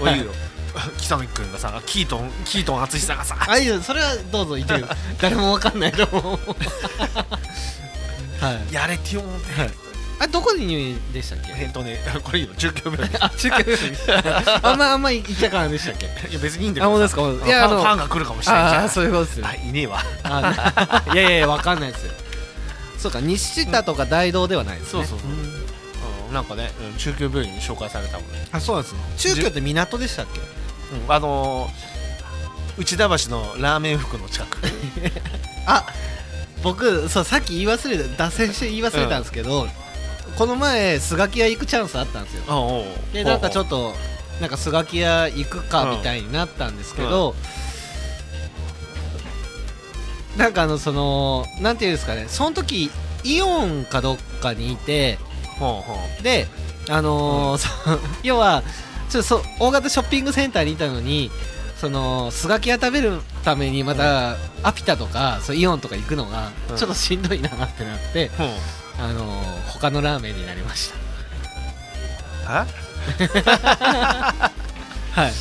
S3: おい言うよ北野君がさキートンキートン淳さんがさ
S2: あいいよそれはどうぞ言 ってください誰もわかんないと思う はい
S3: やれって言おう思って、
S2: あれどこに入院でしたっけ
S3: えっとねこれいいよ19秒い
S2: あ中級 あんまあんま言っちゃかんでしたっけ
S3: や別にいいんだ
S2: あ、
S3: よ
S2: 本当ですか。い
S3: いや
S2: や、あ
S3: ファン
S2: の、
S3: ファンが来るかもしれないじゃ
S2: あー
S3: ん
S2: そういうことですよ。
S3: あいねえわ
S2: あ ないやいやいや、わかんないですよ。そうか、西田とか大道ではないですね。
S3: そうそうそうんうんなんかね、うん中級病院に紹介されたもんね、
S2: あ、そうなんですね。中京って港でしたっけ。
S3: うんあのー、内田橋のラーメン服の近く
S2: あ、僕、そう、さっき言い忘れた、脱線して言い忘れたんですけど。この前、スガキ屋行くチャンスあったんですよ。
S3: あおう
S2: で、なんかちょ
S3: っ
S2: っと、なんかスガキ屋行くか
S3: う
S2: み
S3: ん
S2: たいになったんですけど。なんかあのそのなんていうんですかねその時イオンかどっかにいて
S3: とほうほ
S2: であのーそう要はちょっとそう大型ショッピングセンターにいたのにそのスガキ屋食べるためにまたアピタとかそうイオンとか行くのが
S3: うん
S2: ちょっとしんどいなってなって、
S3: うん、え
S2: あのー他のラーメンになりましたはい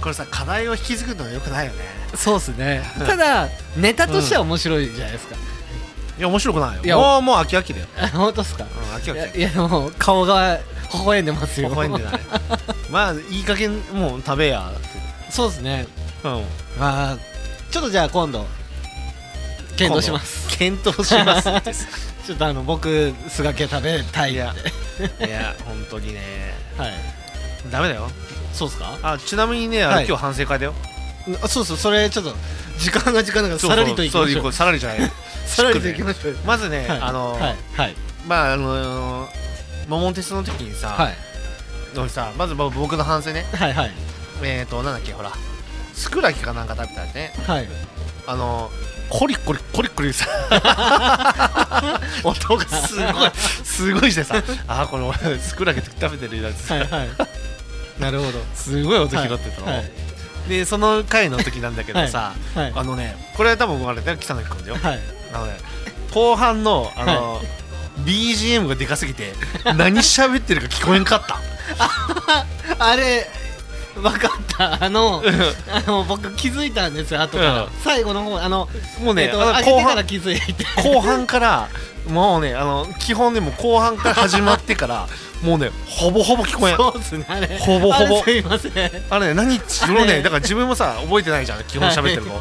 S3: これさ課題を引きずるのはよくないよね
S2: そうですねただネタとしては面白いじゃないですか、
S3: いや面白くないよ
S2: いや
S3: もうもう飽き飽きだよ、
S2: あ本当ですか
S3: うん、飽き
S2: い
S3: 飽
S2: や
S3: き
S2: いやもう顔が微笑んでますよ
S3: 微笑ん でないまあいい加減もう食べや
S2: そうですね
S3: うん
S2: まあちょっとじゃあ今度検討します
S3: 検討し ますって
S2: ちょっとあの僕スガキ屋食べたい
S3: い
S2: んでは
S3: や
S2: い
S3: いや本当にねダメだよ
S2: そうですか
S3: あちなみにねあれ、
S2: はい
S3: 今日反省会だよ
S2: あそうそうそれちょっと時間が時間だからさらりといき
S3: そう
S2: まし
S3: そうそ
S2: ょ
S3: う
S2: う
S3: こうさらりじゃない
S2: さらりといきましょう
S3: まずね、
S2: はい
S3: あの、
S2: はいはい
S3: まああのー桃鉄の時にさ、
S2: はい
S3: のさまずまあ僕の反省ね
S2: はいはい
S3: えーとなんだっけほらスクラキかなんか食べたらね
S2: はい
S3: あのコリコリコリコリさ 音がすごいすごいしてさあーこれ俺スクラキ食べてるやつ
S2: はい はいなるほど
S3: すごい音拾ってたの、
S2: はい
S3: でその回の時なんだけどさ、
S2: はいはい
S3: あのねこれは多分あれだよ北野君だよ
S2: はい
S3: あのね後半のあの、BGM がでかすぎて何喋ってるか聞こえんかった
S2: あれわかったあ のあの僕気づいたんですよ後から、
S3: うん
S2: 最後の方あの
S3: もうね
S2: えっと
S3: あの
S2: 上げ
S3: 後
S2: てから
S3: 半
S2: 気づいて
S3: 後半からもうねあの基本でもう後半から始まってからもうねほぼほぼ聞こえん
S2: そうっすねあれ
S3: ほぼほぼ
S2: あれすいませんはい
S3: あれね何そのねだから自分もさ覚えてないじゃん基本喋ってるの、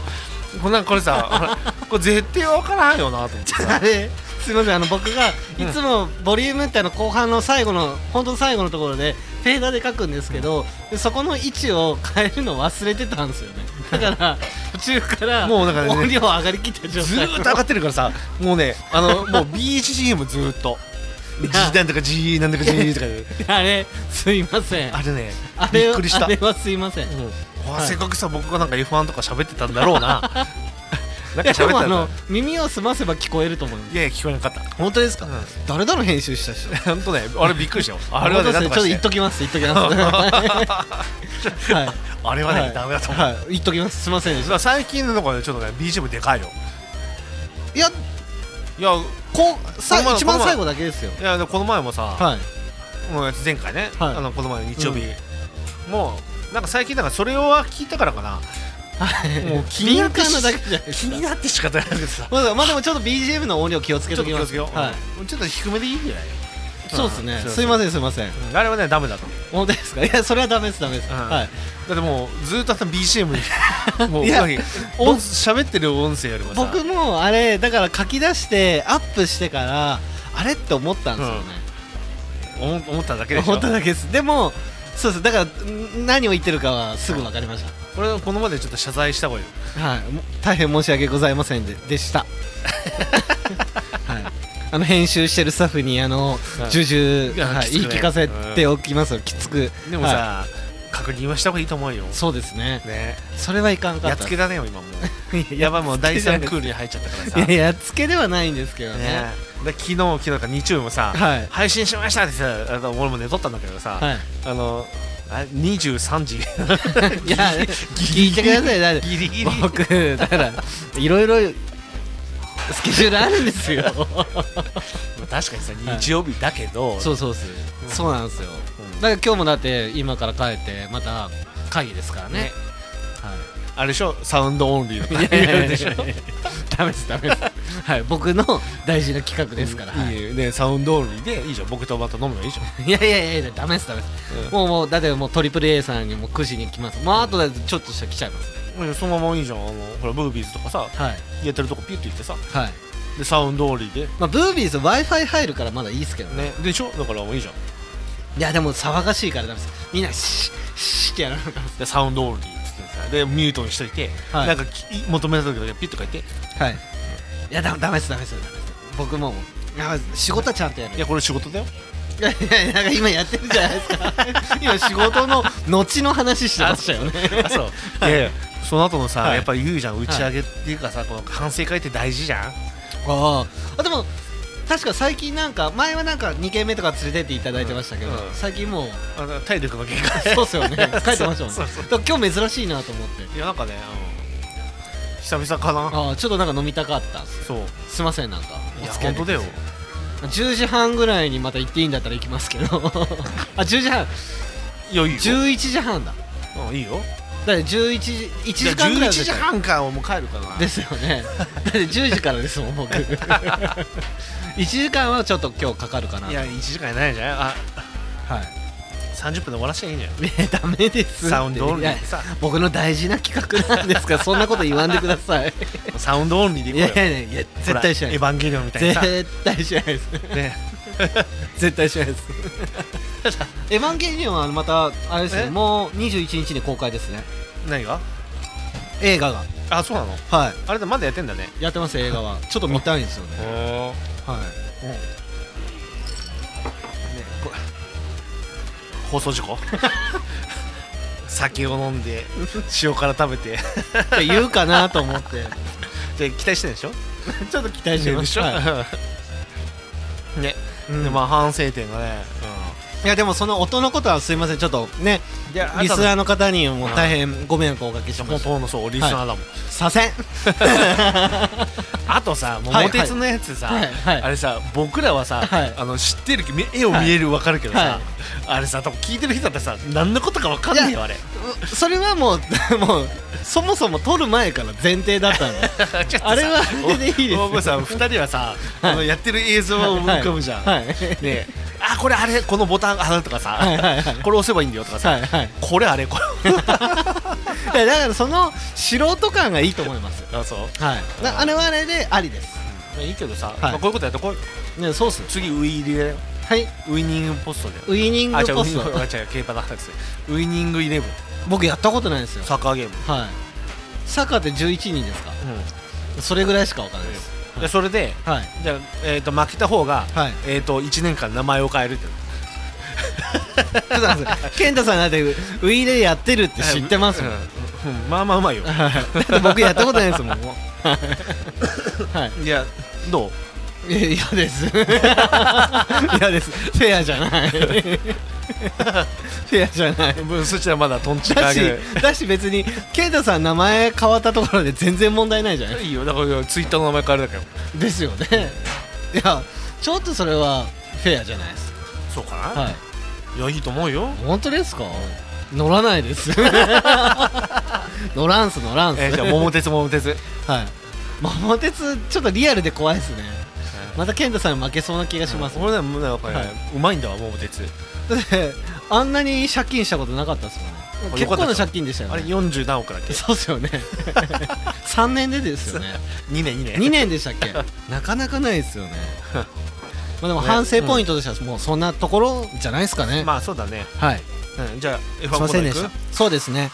S3: こんなんこれさ ほらこれ絶対分からんよな と思って
S2: あ
S3: さ
S2: れすいませんあの僕が
S3: う
S2: い
S3: ん
S2: つもボリュームってあの後半の最後の本当最後のところでフェーダーで書くんですけど、でそこの位置を変えるの忘れてたんですよねだ から途中から
S3: もうだからね
S2: 音量上がりきった状態
S3: ずーっと上がってるからさもうねあのもう BGM ずーっ と「G なんとか G なんとか G」とかで
S2: あれすいません
S3: あれね
S2: あれ
S3: びっくりした
S2: あれはすいません
S3: うん
S2: はい
S3: せっかくさ僕がなんか F1 とか喋ってたんだ ろうななんか
S2: いやで
S3: 喋って
S2: もあ
S3: たんだ
S2: の耳を澄ませば聞こえると思います
S3: いやいや聞こえなかった
S2: 本当ですか、
S3: うん
S2: 誰だろう編集した人
S3: 本当ねあれびっくりし たよあれは
S2: 本当です
S3: ねなん
S2: ね
S3: と
S2: ちょっと
S3: かして
S2: 言っときます言っときます はい
S3: あれはねダメだと思う
S2: はいはい言っときますすいませんでし
S3: だ
S2: た
S3: から最近のとこねちょっとね BGM でかいよ
S2: いや
S3: いや
S2: こうさ
S3: この前
S2: 一番最後だけですよ
S3: いやこの前もさ
S2: はい
S3: もう前回ね
S2: はい
S3: あのこの前の日曜日もうなんか最近なんかそれを聞いたからかなもう気に
S2: 敏
S3: なって
S2: 感なだけじゃないで
S3: 気
S2: すか
S3: になって仕方ないけどさ
S2: まあまあでもちょっと BGM の音量気をつ
S3: ち
S2: け
S3: ょっと
S2: とき
S3: 気を
S2: ま
S3: つ
S2: す
S3: けよう
S2: はい
S3: うんちょっと低めでいいぐらいよ
S2: そうですね
S3: うん
S2: すいませんすいません
S3: うんあれはねダメだと
S2: 本当ですかいやそれはダメですダメです
S3: うん
S2: はい
S3: だってもうずーっとさ BCM にもう
S2: いや
S3: なんか音喋ってる音声よりもさ
S2: 僕もあれだから書き出してアップしてからあれって思ったんですよね、
S3: 思思っただけでしょ
S2: 本当だけですでもそうですだからん何を言ってるかはすぐ分かりまし
S3: これこのまでちょっと謝罪した方がいいよ
S2: た、はい、も大変申し訳ございませんででした、はい、あの編集してるスタッフにあの
S3: はい
S2: 重々、
S3: いや
S2: はい、
S3: きつ
S2: 言
S3: く
S2: い
S3: ね
S2: 聞かせておきますよきつく
S3: でも
S2: は
S3: さ確認はした方がいいと思うよ
S2: いそうですね
S3: ね
S2: それはいかんか
S3: や
S2: っ
S3: ったつけだねよ今もう
S2: い
S3: や
S2: や
S3: ばいもう第
S2: やっ
S3: 3
S2: つけ
S3: クールに入っちゃったからさ
S2: いや
S3: ね
S2: やっつけではないんですけどね
S3: で昨日昨日か日曜日もさ
S2: はい
S3: 配信しましたってさあの俺も寝とったんだけどさ
S2: はい
S3: あのあ23時
S2: いや聞いてくださいだって
S3: ギリギリ
S2: 僕だからいろいろスケジュールあるんですよ
S3: 確かにさ日曜日だけど
S2: そうそうそうそうなんですよ
S3: う
S2: だ
S3: ん
S2: から今日もだって今から帰ってまた会議ですからねは
S3: あれでしょサウンドオンリーの
S2: い
S3: いやいやでしょ
S2: ダメですダメですはい僕の大事な企画ですから、はい
S3: いいよねサウンドオンリーでいいじゃん僕とバト飲むのいいじゃん
S2: いやいやいやいやダメですダメです、
S3: うん
S2: もうもうだってもうトリプル a さんにも9時に来ますもうあとだってちょっとしたら来ちゃいます
S3: いやそのままいいじゃんあのほらブービーズとかさ
S2: はい
S3: やってるとこピュッて行ってさ
S2: はい
S3: でサウンドオンリーで
S2: まあブービーズ w i f i 入るからまだいいですけどね
S3: ねでしょだからもういいじゃん
S2: いやでも騒がしいからダメですみんなシッシッってやらなあかん
S3: でサウンドオンリーっつってさでミュートにしといて、
S2: はい
S3: なんかき求めた時だけピュッと書いて
S2: はいいやだダメですダメですダメです僕もいや仕事はちゃんとやる
S3: いやこれ仕事だよ
S2: いやいやなんか今やってるじゃないですか 今仕事の後の話してましたよね
S3: あそういやいやその後のさ、
S2: はい
S3: やっぱり言うじゃん打ち上げっていうかさ、この反省会って大事じゃ
S2: あ
S3: ん
S2: ああでも確か最近なんか前はなんか2軒目とか連れてっていただいてましたけど、
S3: うん
S2: 最近もう
S3: あの体力の限 界
S2: そうっすよね帰ってましたもんね
S3: そうそ
S2: だ
S3: う
S2: から今日珍しいなと思って
S3: いやなんかねあの久々かな
S2: ああちょっとなんか飲みたかった
S3: そう
S2: すいませんなんか
S3: いや
S2: お付き合い
S3: 本当だよ
S2: 10時半ぐらいにまた行っていいんだったら行きますけど あ10時半
S3: いやいいよ
S2: 11時半だだか
S3: うんいいよ
S2: ら11時1
S3: じゃ
S2: 時
S3: あ
S2: 間ぐらい
S3: 11
S2: は絶
S3: 時
S2: 対
S3: 半かもう帰るかな
S2: ですよねだって10時からですもん 僕1時間はちょっと今日かかるかない
S3: や1時間やないじゃんあ
S2: はい
S3: 30分で終わらせちゃいいんじゃん
S2: いやダメですって
S3: サウンドオ
S2: い
S3: ンリ
S2: や
S3: ーでさ
S2: 僕の大事な企画なんですからそんなこと言わんでくださ い
S3: サウンドオンリーでい
S2: い
S3: こう
S2: や
S3: よ
S2: いやいやいや絶対しない
S3: ほ
S2: で
S3: らエヴァンゲリオンみた
S2: す
S3: いにさ
S2: 絶対しないです
S3: ね
S2: 絶対しないですエヴァンゲリオンはまたあれですね
S3: え
S2: もう21日に公開ですね
S3: 何が
S2: 映画が
S3: あそうなの
S2: は
S3: あれでまだやってんだね
S2: いやってます映画はちょっと見たいんですよね
S3: お
S2: はい
S3: 放送事故 酒を飲 んで塩辛食べて
S2: って言うかなと思って
S3: で期待してるでしょ
S2: ちょっと期待してま
S3: ですしょ、
S2: はい
S3: ね、
S2: うん
S3: でまあ反省点がね、
S2: いやでもその音のことはすいませんちょっとね
S3: うん、で
S2: リスナー
S3: ー
S2: の方にも大変ご迷惑をおかけしま
S3: 本
S2: した
S3: 当のそうリスナーだもん、
S2: 左遷
S3: あと
S2: は
S3: さ「
S2: い
S3: 桃鉄」のやつさ、
S2: はいはい
S3: あれさ僕らはさ、
S2: はい
S3: あの知ってるけみ絵を見えるわかるけどさ、
S2: はい
S3: あれさ多分聞いてる人だってさ何のことかわかんない
S2: い
S3: よ
S2: や
S3: あれ
S2: それはもうもうそもそも撮る前から前提だったのあれはあれでいいですよ
S3: おおさ2人はさ、あのやってる映像を思い浮かぶじゃん、
S2: はいはい
S3: ねあこれあれこのボタンあれとかさ、
S2: はいはいはい
S3: これ押せばいいんだよとかさ、
S2: はいはい
S3: これあれこれ
S2: いやだからその素人感がいいと思います
S3: あそう
S2: はいなあれはあれでありです
S3: まあいいけどさ、
S2: はい
S3: まあ、こういうことやってこう
S2: ねそうっす
S3: 次ウイ入れだよ
S2: はい
S3: ウイニングポストで
S2: ウイニン
S3: あ
S2: グ
S3: 違うウ
S2: ポ
S3: イニ
S2: ス
S3: ング
S2: ト
S3: あ違う競馬だったですウイニングイレブン
S2: 僕やったことないんですよ
S3: サッカーゲーム、
S2: はいサッカーって11人ですか
S3: う
S2: それぐらいしかわからないです
S3: ん、でそれで
S2: はい
S3: じゃあ、えー、と負けた方が、
S2: はい
S3: えー、と1年間名前を変えるって
S2: ちょっと待ってください健太さんだってウウイでやってるって知ってますもん
S3: うんうんうんまあまあうまいよ
S2: はいだって僕やったことないですもんもうはい
S3: いやどう
S2: いや嫌です 嫌ですフェアじゃないフェアじゃない
S3: うんそちらまだトンチ
S2: だ
S3: だ
S2: し
S3: け
S2: だし別に健太さん名前変わったところで全然問題ないじゃない
S3: いいよだからツイッターの名前変えるだけよ
S2: ですよねいやちょっとそれはフェアじゃないです
S3: そうかな、
S2: はい
S3: い、やいいと思うよ
S2: 本当ですか乗らないです 乗らんす乗らんす、
S3: えー、じゃあ桃鉄桃鉄
S2: はい桃鉄ちょっとリアルで怖いですねまた健太さん負けそうな気がします、
S3: 俺ねもうねやっぱりね、
S2: はいう
S3: まいんだわ桃鉄
S2: だ ってあんなに借金したことなかったですもんね
S3: あ
S2: 結構
S3: よかったで
S2: な
S3: しょ
S2: 借金でしたよ
S3: あれ
S2: ね
S3: 40何億だっけ
S2: そうですよね3年でですよね
S3: 2年2年
S2: 2年でしたっけなかなかないですよねまあでも反省ポイントとしてはもうそんなところじゃないですかね、
S3: まあそうだね、
S2: はい
S3: うん、じゃあ F1
S2: すいませんでし
S3: コーナー行
S2: た
S3: く
S2: そうですね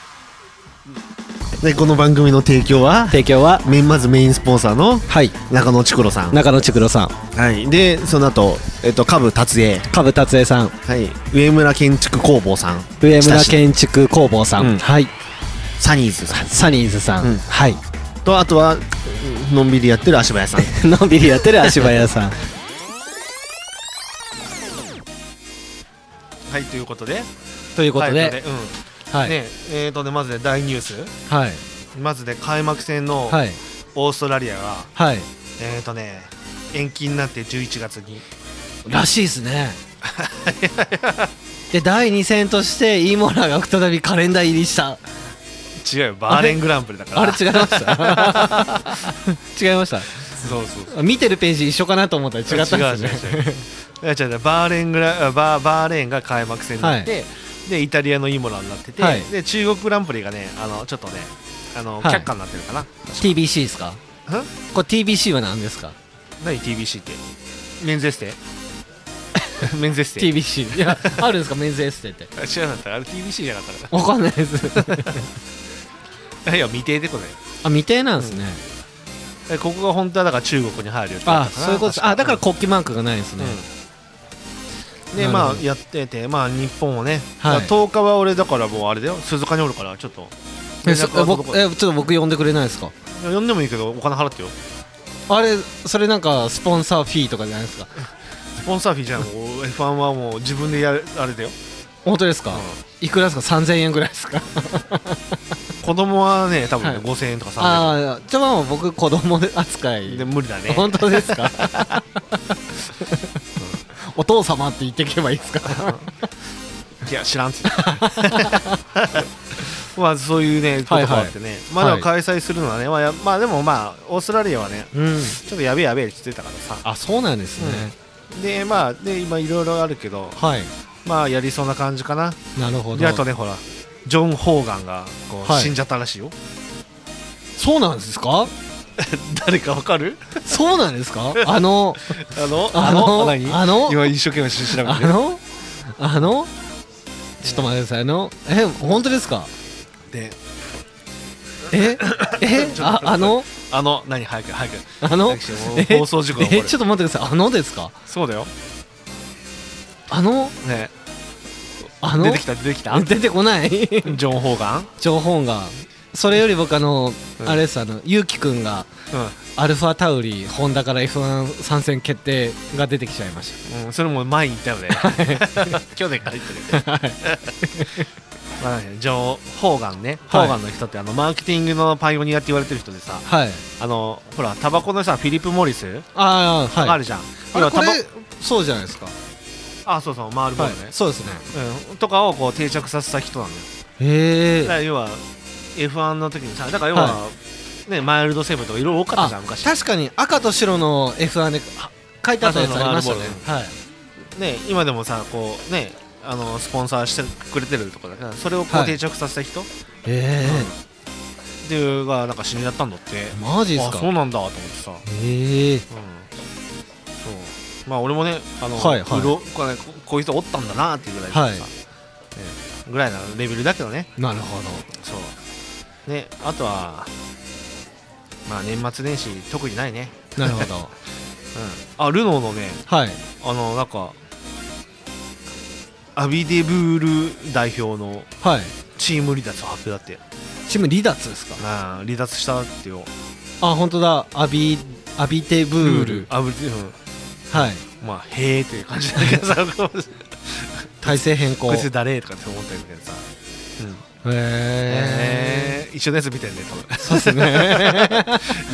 S4: でこの番組の提供は
S6: 提供は
S4: メインまずメインスポンサーの
S6: はい
S4: 中野ちくろさん、
S6: 中野千黒さん
S4: はい、でその後、えっと下部達也、
S6: 株達江さん
S4: はい、上村建築工房さん
S6: 上村建築工房さん、
S4: うん
S6: はい
S4: サニーズさ
S6: サニーズさん、
S4: うん
S6: はい
S4: んとあとはのんびりやってる足早さん
S6: のんびりやってる足早さん
S3: はいということで
S2: ということ
S3: はい
S2: で、
S3: うん
S2: はい
S3: ねえーとねまずね大ニュース
S2: はい
S3: まずね開幕戦の
S2: はい
S3: オーストラリアが、
S2: はい
S3: えーとね延期になって11月に
S2: らしいです ねで第2戦としてイモラが再びカレンダー入りした
S3: 違うよバーレングランプリだから
S2: あれ違いました 違いまし
S3: そうそう
S2: た見てるページ一緒かなと思ったら違ったんですよね
S3: 違う違う違ういや違う違うバーレングラあバーバーレーンが開幕戦になって、でイタリアのイモラになってて、
S2: はい
S3: で中国グランプリがねあのちょっとねあの、
S2: はい
S3: 却下になってるかな
S2: TBC ですか
S3: ん
S2: これ TBC は何ですか
S3: 何 TBC ってメンズエス テメンズエステ
S2: TBC い やあるんですかメンズエステって
S3: あ違うなかったあれ TBC じゃなかっ
S2: わかんないです
S3: たかいや未定でこれ
S2: あ未定なんですね、
S3: えここが本当はだから中国に入るよ
S2: あそういうことですあだから国旗マークがないんですね、
S3: うん、で
S2: なるほど
S3: まあやっててまあ日本をね、
S2: はい
S3: 10日は俺だからもうあれだよ鈴鹿におるからちょっと
S2: えそえ僕えちょっと僕呼んでくれないですか
S3: 呼んでもいいけどお金払ってよ
S2: あれそれなんかスポンサーフィーとかじゃないですか
S3: スポンサーフィー じゃんもう F1 はもう自分でやるあれだよ
S2: 本当ですか、いくらですか3000円ぐらいですか
S3: 子供はね多分、ね
S2: はい
S3: 5000円とか3000
S2: ああじゃあまあ僕子供で扱い
S3: 円で無理だね
S2: 本当ですかお父様って言ってけばいいですか
S3: いや知らんっつって まあそういうねことがあってね、まだ開催するのはね、まあや、まあでもまあオーストラリアはね
S2: うん
S3: ちょっとやべえやべえって言ってたからさ
S2: あそうなんですね、
S3: でまあで今いろいろあるけど
S2: はい
S3: まあやりそうな感じかな
S2: なるほ
S3: で
S2: ど
S3: あとねほらジョン・ホーガンがこう
S2: はい
S3: 死んじゃったらしいよ、
S2: そうなんですか
S3: 誰かわかる
S2: そうなんですかあの
S3: あの
S2: あの
S3: 何
S2: あの
S3: 今一生懸命調べ
S2: あ
S3: てる
S2: のあのちょっと待ってくださいあのえ本当ですか
S3: で
S2: ええああの
S3: あの何早く早く
S2: あの
S3: タクシーもう
S2: え
S3: 放送事故が起こ
S2: え
S3: る
S2: ちょっと待ってくださいあのですか
S3: そうだよ
S2: あの
S3: ね
S2: あの
S3: 出てきた出てきた
S2: 出てこない
S3: ジョン・ホーガン、
S2: 情報がそれより僕あの、
S3: うん
S2: あれですあのゆうきくんがアルファタウリホンダから F1 参戦決定が出てきちゃいまし
S3: うんそれも前に言ったよね 去年から言ってるけどまあねジョン・ホーガンね、
S2: はい
S3: ホーガンの人ってあのマーケティングのパイオニアって言われてる人でさ
S2: たはい
S3: あのほらタバコのさフィリップ・モリス、
S2: ああはい
S3: あるじゃん
S2: あれこれ
S3: タバ
S2: そうじゃないですか、
S3: あそうそう回るボールね、
S2: そうですね
S3: うん、とかをこう定着させた人なのよ
S2: へ
S3: だか
S2: え
S3: ら要は F1 の時にさだから要は、
S2: は
S3: ね、マイルドセブンとかいろいろ多かったじゃん昔
S2: 確かに赤と白の F1 であ書いてあったやつありましたねはい
S3: ね、今でもさこうねあのスポンサーしてくれてるとかだからそれをこ
S2: は
S3: う
S2: い
S3: 定着させた人、
S2: え
S3: っていうのがなんか死んじゃったんだって
S2: えマジです
S3: あ
S2: か
S3: そうなんだと思ってさ、うん、
S2: へえ
S3: そうまあ俺もねあの、
S2: はいはいう
S3: ろこうねここういう人おったんだなっていうぐらいのさ、
S2: はい
S3: ねぐらいのレベルだけどね
S2: なるほど
S3: そうねあとはまあ年末年始特にないね、
S2: なるほ ど
S3: うん、あルノーのね
S2: はい
S3: あのなんかアビデブール代表の
S2: はい
S3: チーム離脱を発表だって
S2: チーム離脱ですか
S3: ああ離脱したってよ
S2: あ本当だアビアビテブール
S3: あぶうん
S2: はい
S3: まあへえっていう感じだけどさこ
S2: 体制変更へ
S3: いつ誰とかって思ったけどさ
S2: え
S3: えー一緒のやつ見てんね多分
S2: そう ですね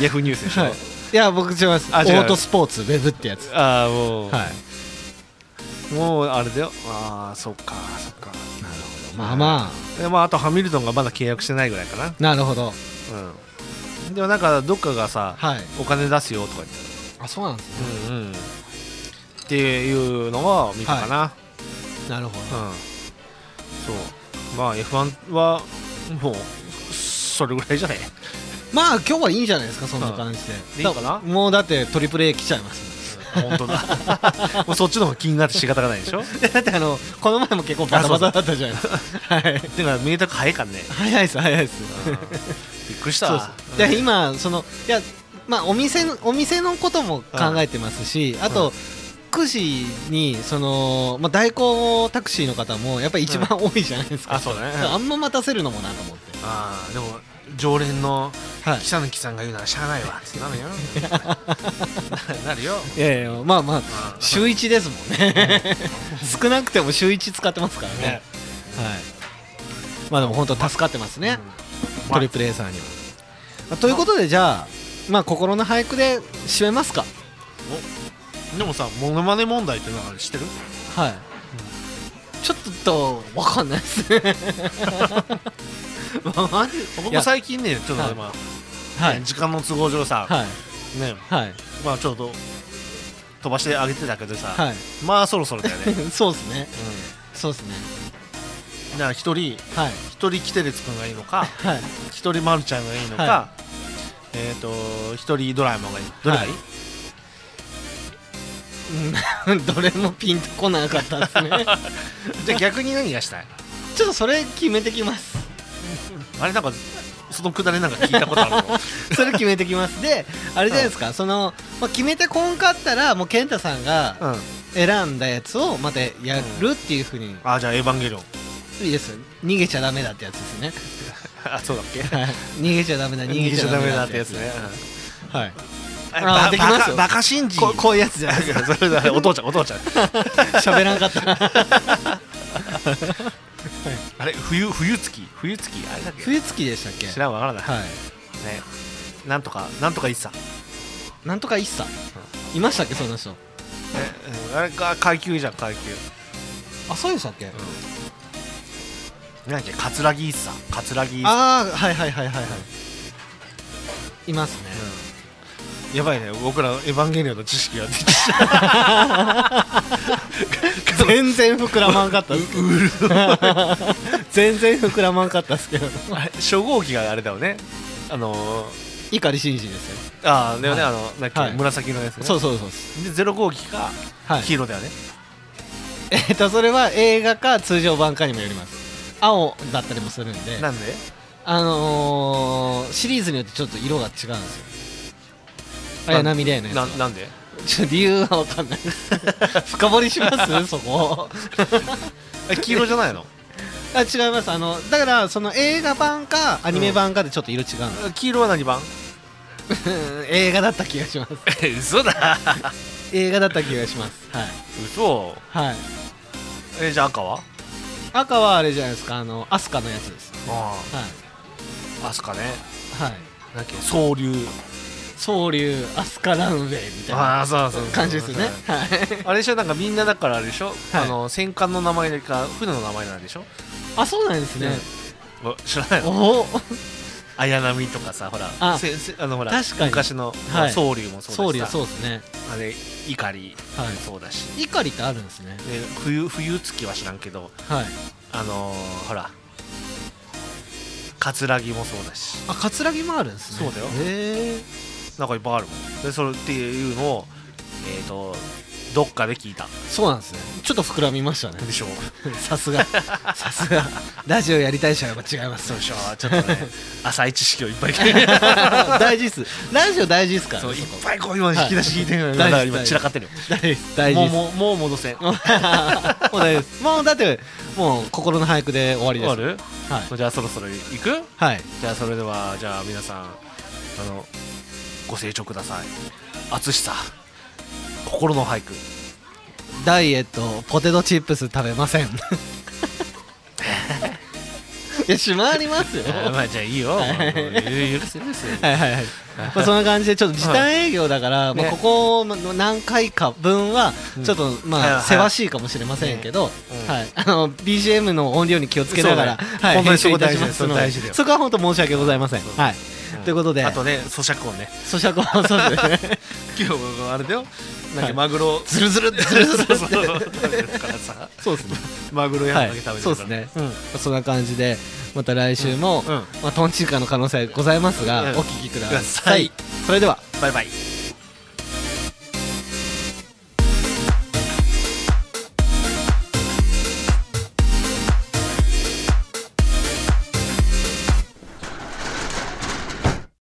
S3: ヤフーニュースでしょ、
S2: はいいや僕違いますオ
S3: あ違う
S2: ートスポーツウェブってやつ
S3: ああもう、
S2: はい
S3: もうあれだよああそっかそっかなるほ
S2: まあま
S3: でまああとハミルトンがまだ契約してないぐらいかな
S2: あなるほど
S3: うんでもなんかどっかがさ、
S2: はい
S3: お金出すよとか言って
S2: あそうなんですね
S3: うんうんっていうのを見たかな、
S2: なるほど
S3: うんそうまあ F1 はもうそれぐらいじ ゃない
S2: まあ今日はいいんじゃないですかそんな感じ
S3: で
S2: で
S3: いいかな
S2: もうだってトリプル A 来ちゃいます
S3: 本当だもうそっちの方が気になって仕方がない でしょ
S2: だってあのこの前も結構バタバタだったじゃないですかはい
S3: てか明確早いからね
S2: 早いです早いです
S3: びっくりした
S2: そう
S3: わ
S2: そうで今そのいやまあお店のお店のことも考えてますし、あと、9時にその、まあ、代行タクシーの方もやっぱり一番多いじゃないですか、
S3: あそうだね
S2: あんま待たせるのもなと思って、
S3: ああでも常連の
S2: はい、
S3: 北貫さんが言うならしゃあないわってな るよなるよ
S2: いやいやまあまあ
S3: あー
S2: 週1ですもんね少なくても週1使ってますからね
S3: ね
S2: はいまあでも本当助かってますね、
S3: うん
S2: トリプレーサーには、まあということでじゃあまあ心の俳句で締めますか
S3: でもさモノマネ問題ってなんか知ってる
S2: はい、ちょっとわかんないですねまあまず
S3: 僕
S2: い
S3: も
S2: や
S3: 最近ねちょっとねまあ
S2: はい
S3: ね時間の都合上さ
S2: はい
S3: ね
S2: はい
S3: まあちょっと飛ばしてあげてたけどさ
S2: はい
S3: まあそろそろだよね
S2: そうですね
S3: う
S2: そうですね
S3: んだから一人
S2: はい
S3: 一人キテレツくんがいいのか
S2: はい
S3: 一人マルちゃんがいいのか、
S2: は
S3: えっ、と一人ドラえもんがいいどれがいい、
S2: はいうん どれもピンとこなかったです ね
S3: じゃあ逆に何がしたい
S2: ちょっとそれ決めてきます
S3: あれなんかそのくだりなんか聞いたことあるの
S2: それ決めてきます であれじゃないですか、その、まあ、決めてこんかったらもう健太さんが
S3: うん
S2: 選んだやつをまたやるっていうふうに、
S3: あじゃあ「エヴァンゲリオ ン
S2: いいですよ逃げちゃダメだってやつですね」
S3: あそうだっけ
S2: はい逃げちゃダメだ逃
S3: 逃
S2: げ
S3: げ
S2: ち
S3: ち
S2: ゃダ
S3: ゃダ
S2: メ
S3: メ
S2: だ
S3: だ
S2: っ
S3: っ
S2: や
S3: ててや
S2: つ
S3: つ
S2: ね
S3: ね、
S2: はいますあーできますよ
S3: バカ信じ
S2: ここういうやつじゃない
S3: それ だお父ちゃんお父ちゃん
S2: 喋らんかった
S3: あれ冬冬月冬月あれだっけ
S2: 冬月でしたっけ
S3: 知らんわからない、
S2: は
S3: ねなんとかなんとかいっさ
S2: いなんとか一茶いましたっけそんな人
S3: うんあれが階級じゃん階級
S2: あそうでしたっけ
S3: なんだっけ葛城一さ葛城一さ
S2: ああはいはいはいはいはいいますね
S3: やばいね僕らエヴァンゲリオンの知識が出てきた
S2: 全然膨らまんかったっすけど 全然膨らまんかったっす けど
S3: あれ初号機があれだよねあのー
S2: 碇シンジですよ
S3: ああだよね、
S2: は
S3: あのなんだっけ、
S2: はい
S3: 紫のやつ、ね、
S2: そうそうそうです
S3: でゼロ号機か
S2: はい
S3: 黄色だよね、
S2: えっとそれは映画か通常版かにもよります青だったりもするんで
S3: なんで
S2: あのー、シリーズによってちょっと色が違うんですよ綾波レイのやつ
S3: な
S2: は
S3: なんで
S2: ちょっと理由はわかんない深掘りし ますそこ
S3: え黄色じゃないの
S2: あ違いますあのだからその映画版かアニメ版かでちょっと色違うん です、
S3: 黄色は何番
S2: 映画だった気がします
S3: え嘘だ
S2: 映画だった気がしますはい
S3: 嘘
S2: はい
S3: えじゃあ赤は
S2: 赤はあれじゃないですかあのアスカのやつです
S3: あ
S2: は
S3: あアスカね
S2: いはい
S3: なんだっけ総流
S2: 総流アスカランウェイみたいな
S3: あそうそう
S2: 感じです ねはい
S3: あれでしょなんかみんなだからあれでしょ、
S2: はい
S3: あの戦艦の名前か船の名前なんでしょ
S2: あそうなんですね
S3: お知らないの
S2: おお
S3: 綾波とかさほら
S2: あ
S3: せせあのほら
S2: 確かに
S3: 昔の
S2: はい
S3: 総流もそ
S2: 総
S3: う
S2: 流
S3: だしさ
S2: そうですね
S3: あれ怒り
S2: はい
S3: そうだし
S2: 怒りってあるんですね
S3: で冬冬月は知らんけど
S2: はい
S3: あのー、ほら葛城もそうだし
S2: あ葛城もあるんですね
S3: そうだよ
S2: へえ
S3: なんかいっぱいあるもんでそれっていうのをえっ、ー、とどっかで聞いた
S2: そうなんですねちょっと膨らみましたね
S3: でしょ
S2: さす がさすがラジオやりたい人はやっぱ違います
S3: そうでしょちょっと ね浅い知識をいっぱい聞いて
S2: 大事っすラジオ大事っすから
S3: そうい っ
S2: そこ
S3: ぱいこう今引き出し聞いてるのよ
S2: は
S3: だ
S2: い
S3: から今散らかってるよ
S2: 大事っす大事
S3: も
S2: っ
S3: う
S2: す
S3: もうもう戻せ
S2: もう大丈夫ですもうだってもう心の俳句で終わり
S3: 終
S2: です
S3: わる
S2: はい
S3: じゃあそろそろ行く
S2: はい
S3: じゃあそれではじゃあ皆さんあのご清聴ください淳さん心の 俳句
S2: ダイエットポテトチップス食べま せんいやしまりますよ
S3: あーまあじゃあいいよ。
S2: はい
S3: もうゆ許せ許せ。
S2: はいはいはい、まあ、そんな感じでちょっと時短営業だから、
S3: ね
S2: まあ、ここの何回か分はちょっと
S3: はい
S2: ま
S3: はい
S2: あせわしいかもしれませんけど、
S3: うん
S2: はいあの BGM の音量に気をつけながら、
S3: そうね
S2: はい、
S3: 本当にそこ
S2: 編集いたしますので
S3: 大事だよそれ大事だよ
S2: そこは本当申し訳ございません、
S3: そう
S2: はい、
S3: ん
S2: ということで
S3: あとね咀嚼音ね。
S2: 咀嚼をそうですね
S3: 今日僕あれだよ。なん
S2: は
S3: か
S2: い
S3: マグロ
S2: ズルズルって
S3: ズルズルズルズル 食べてるからさ。
S2: そうですね
S3: マグロや
S2: は
S3: んだ
S2: い
S3: け食べてるから。
S2: そうですね、うん、そんな感じでまた来週も、
S3: うんうん
S2: まあ、トンチンカンの可能性ございますが、
S3: うん
S2: お聞きくだ
S3: くださ
S2: さ
S3: い
S2: いそれでは
S3: バイバイ。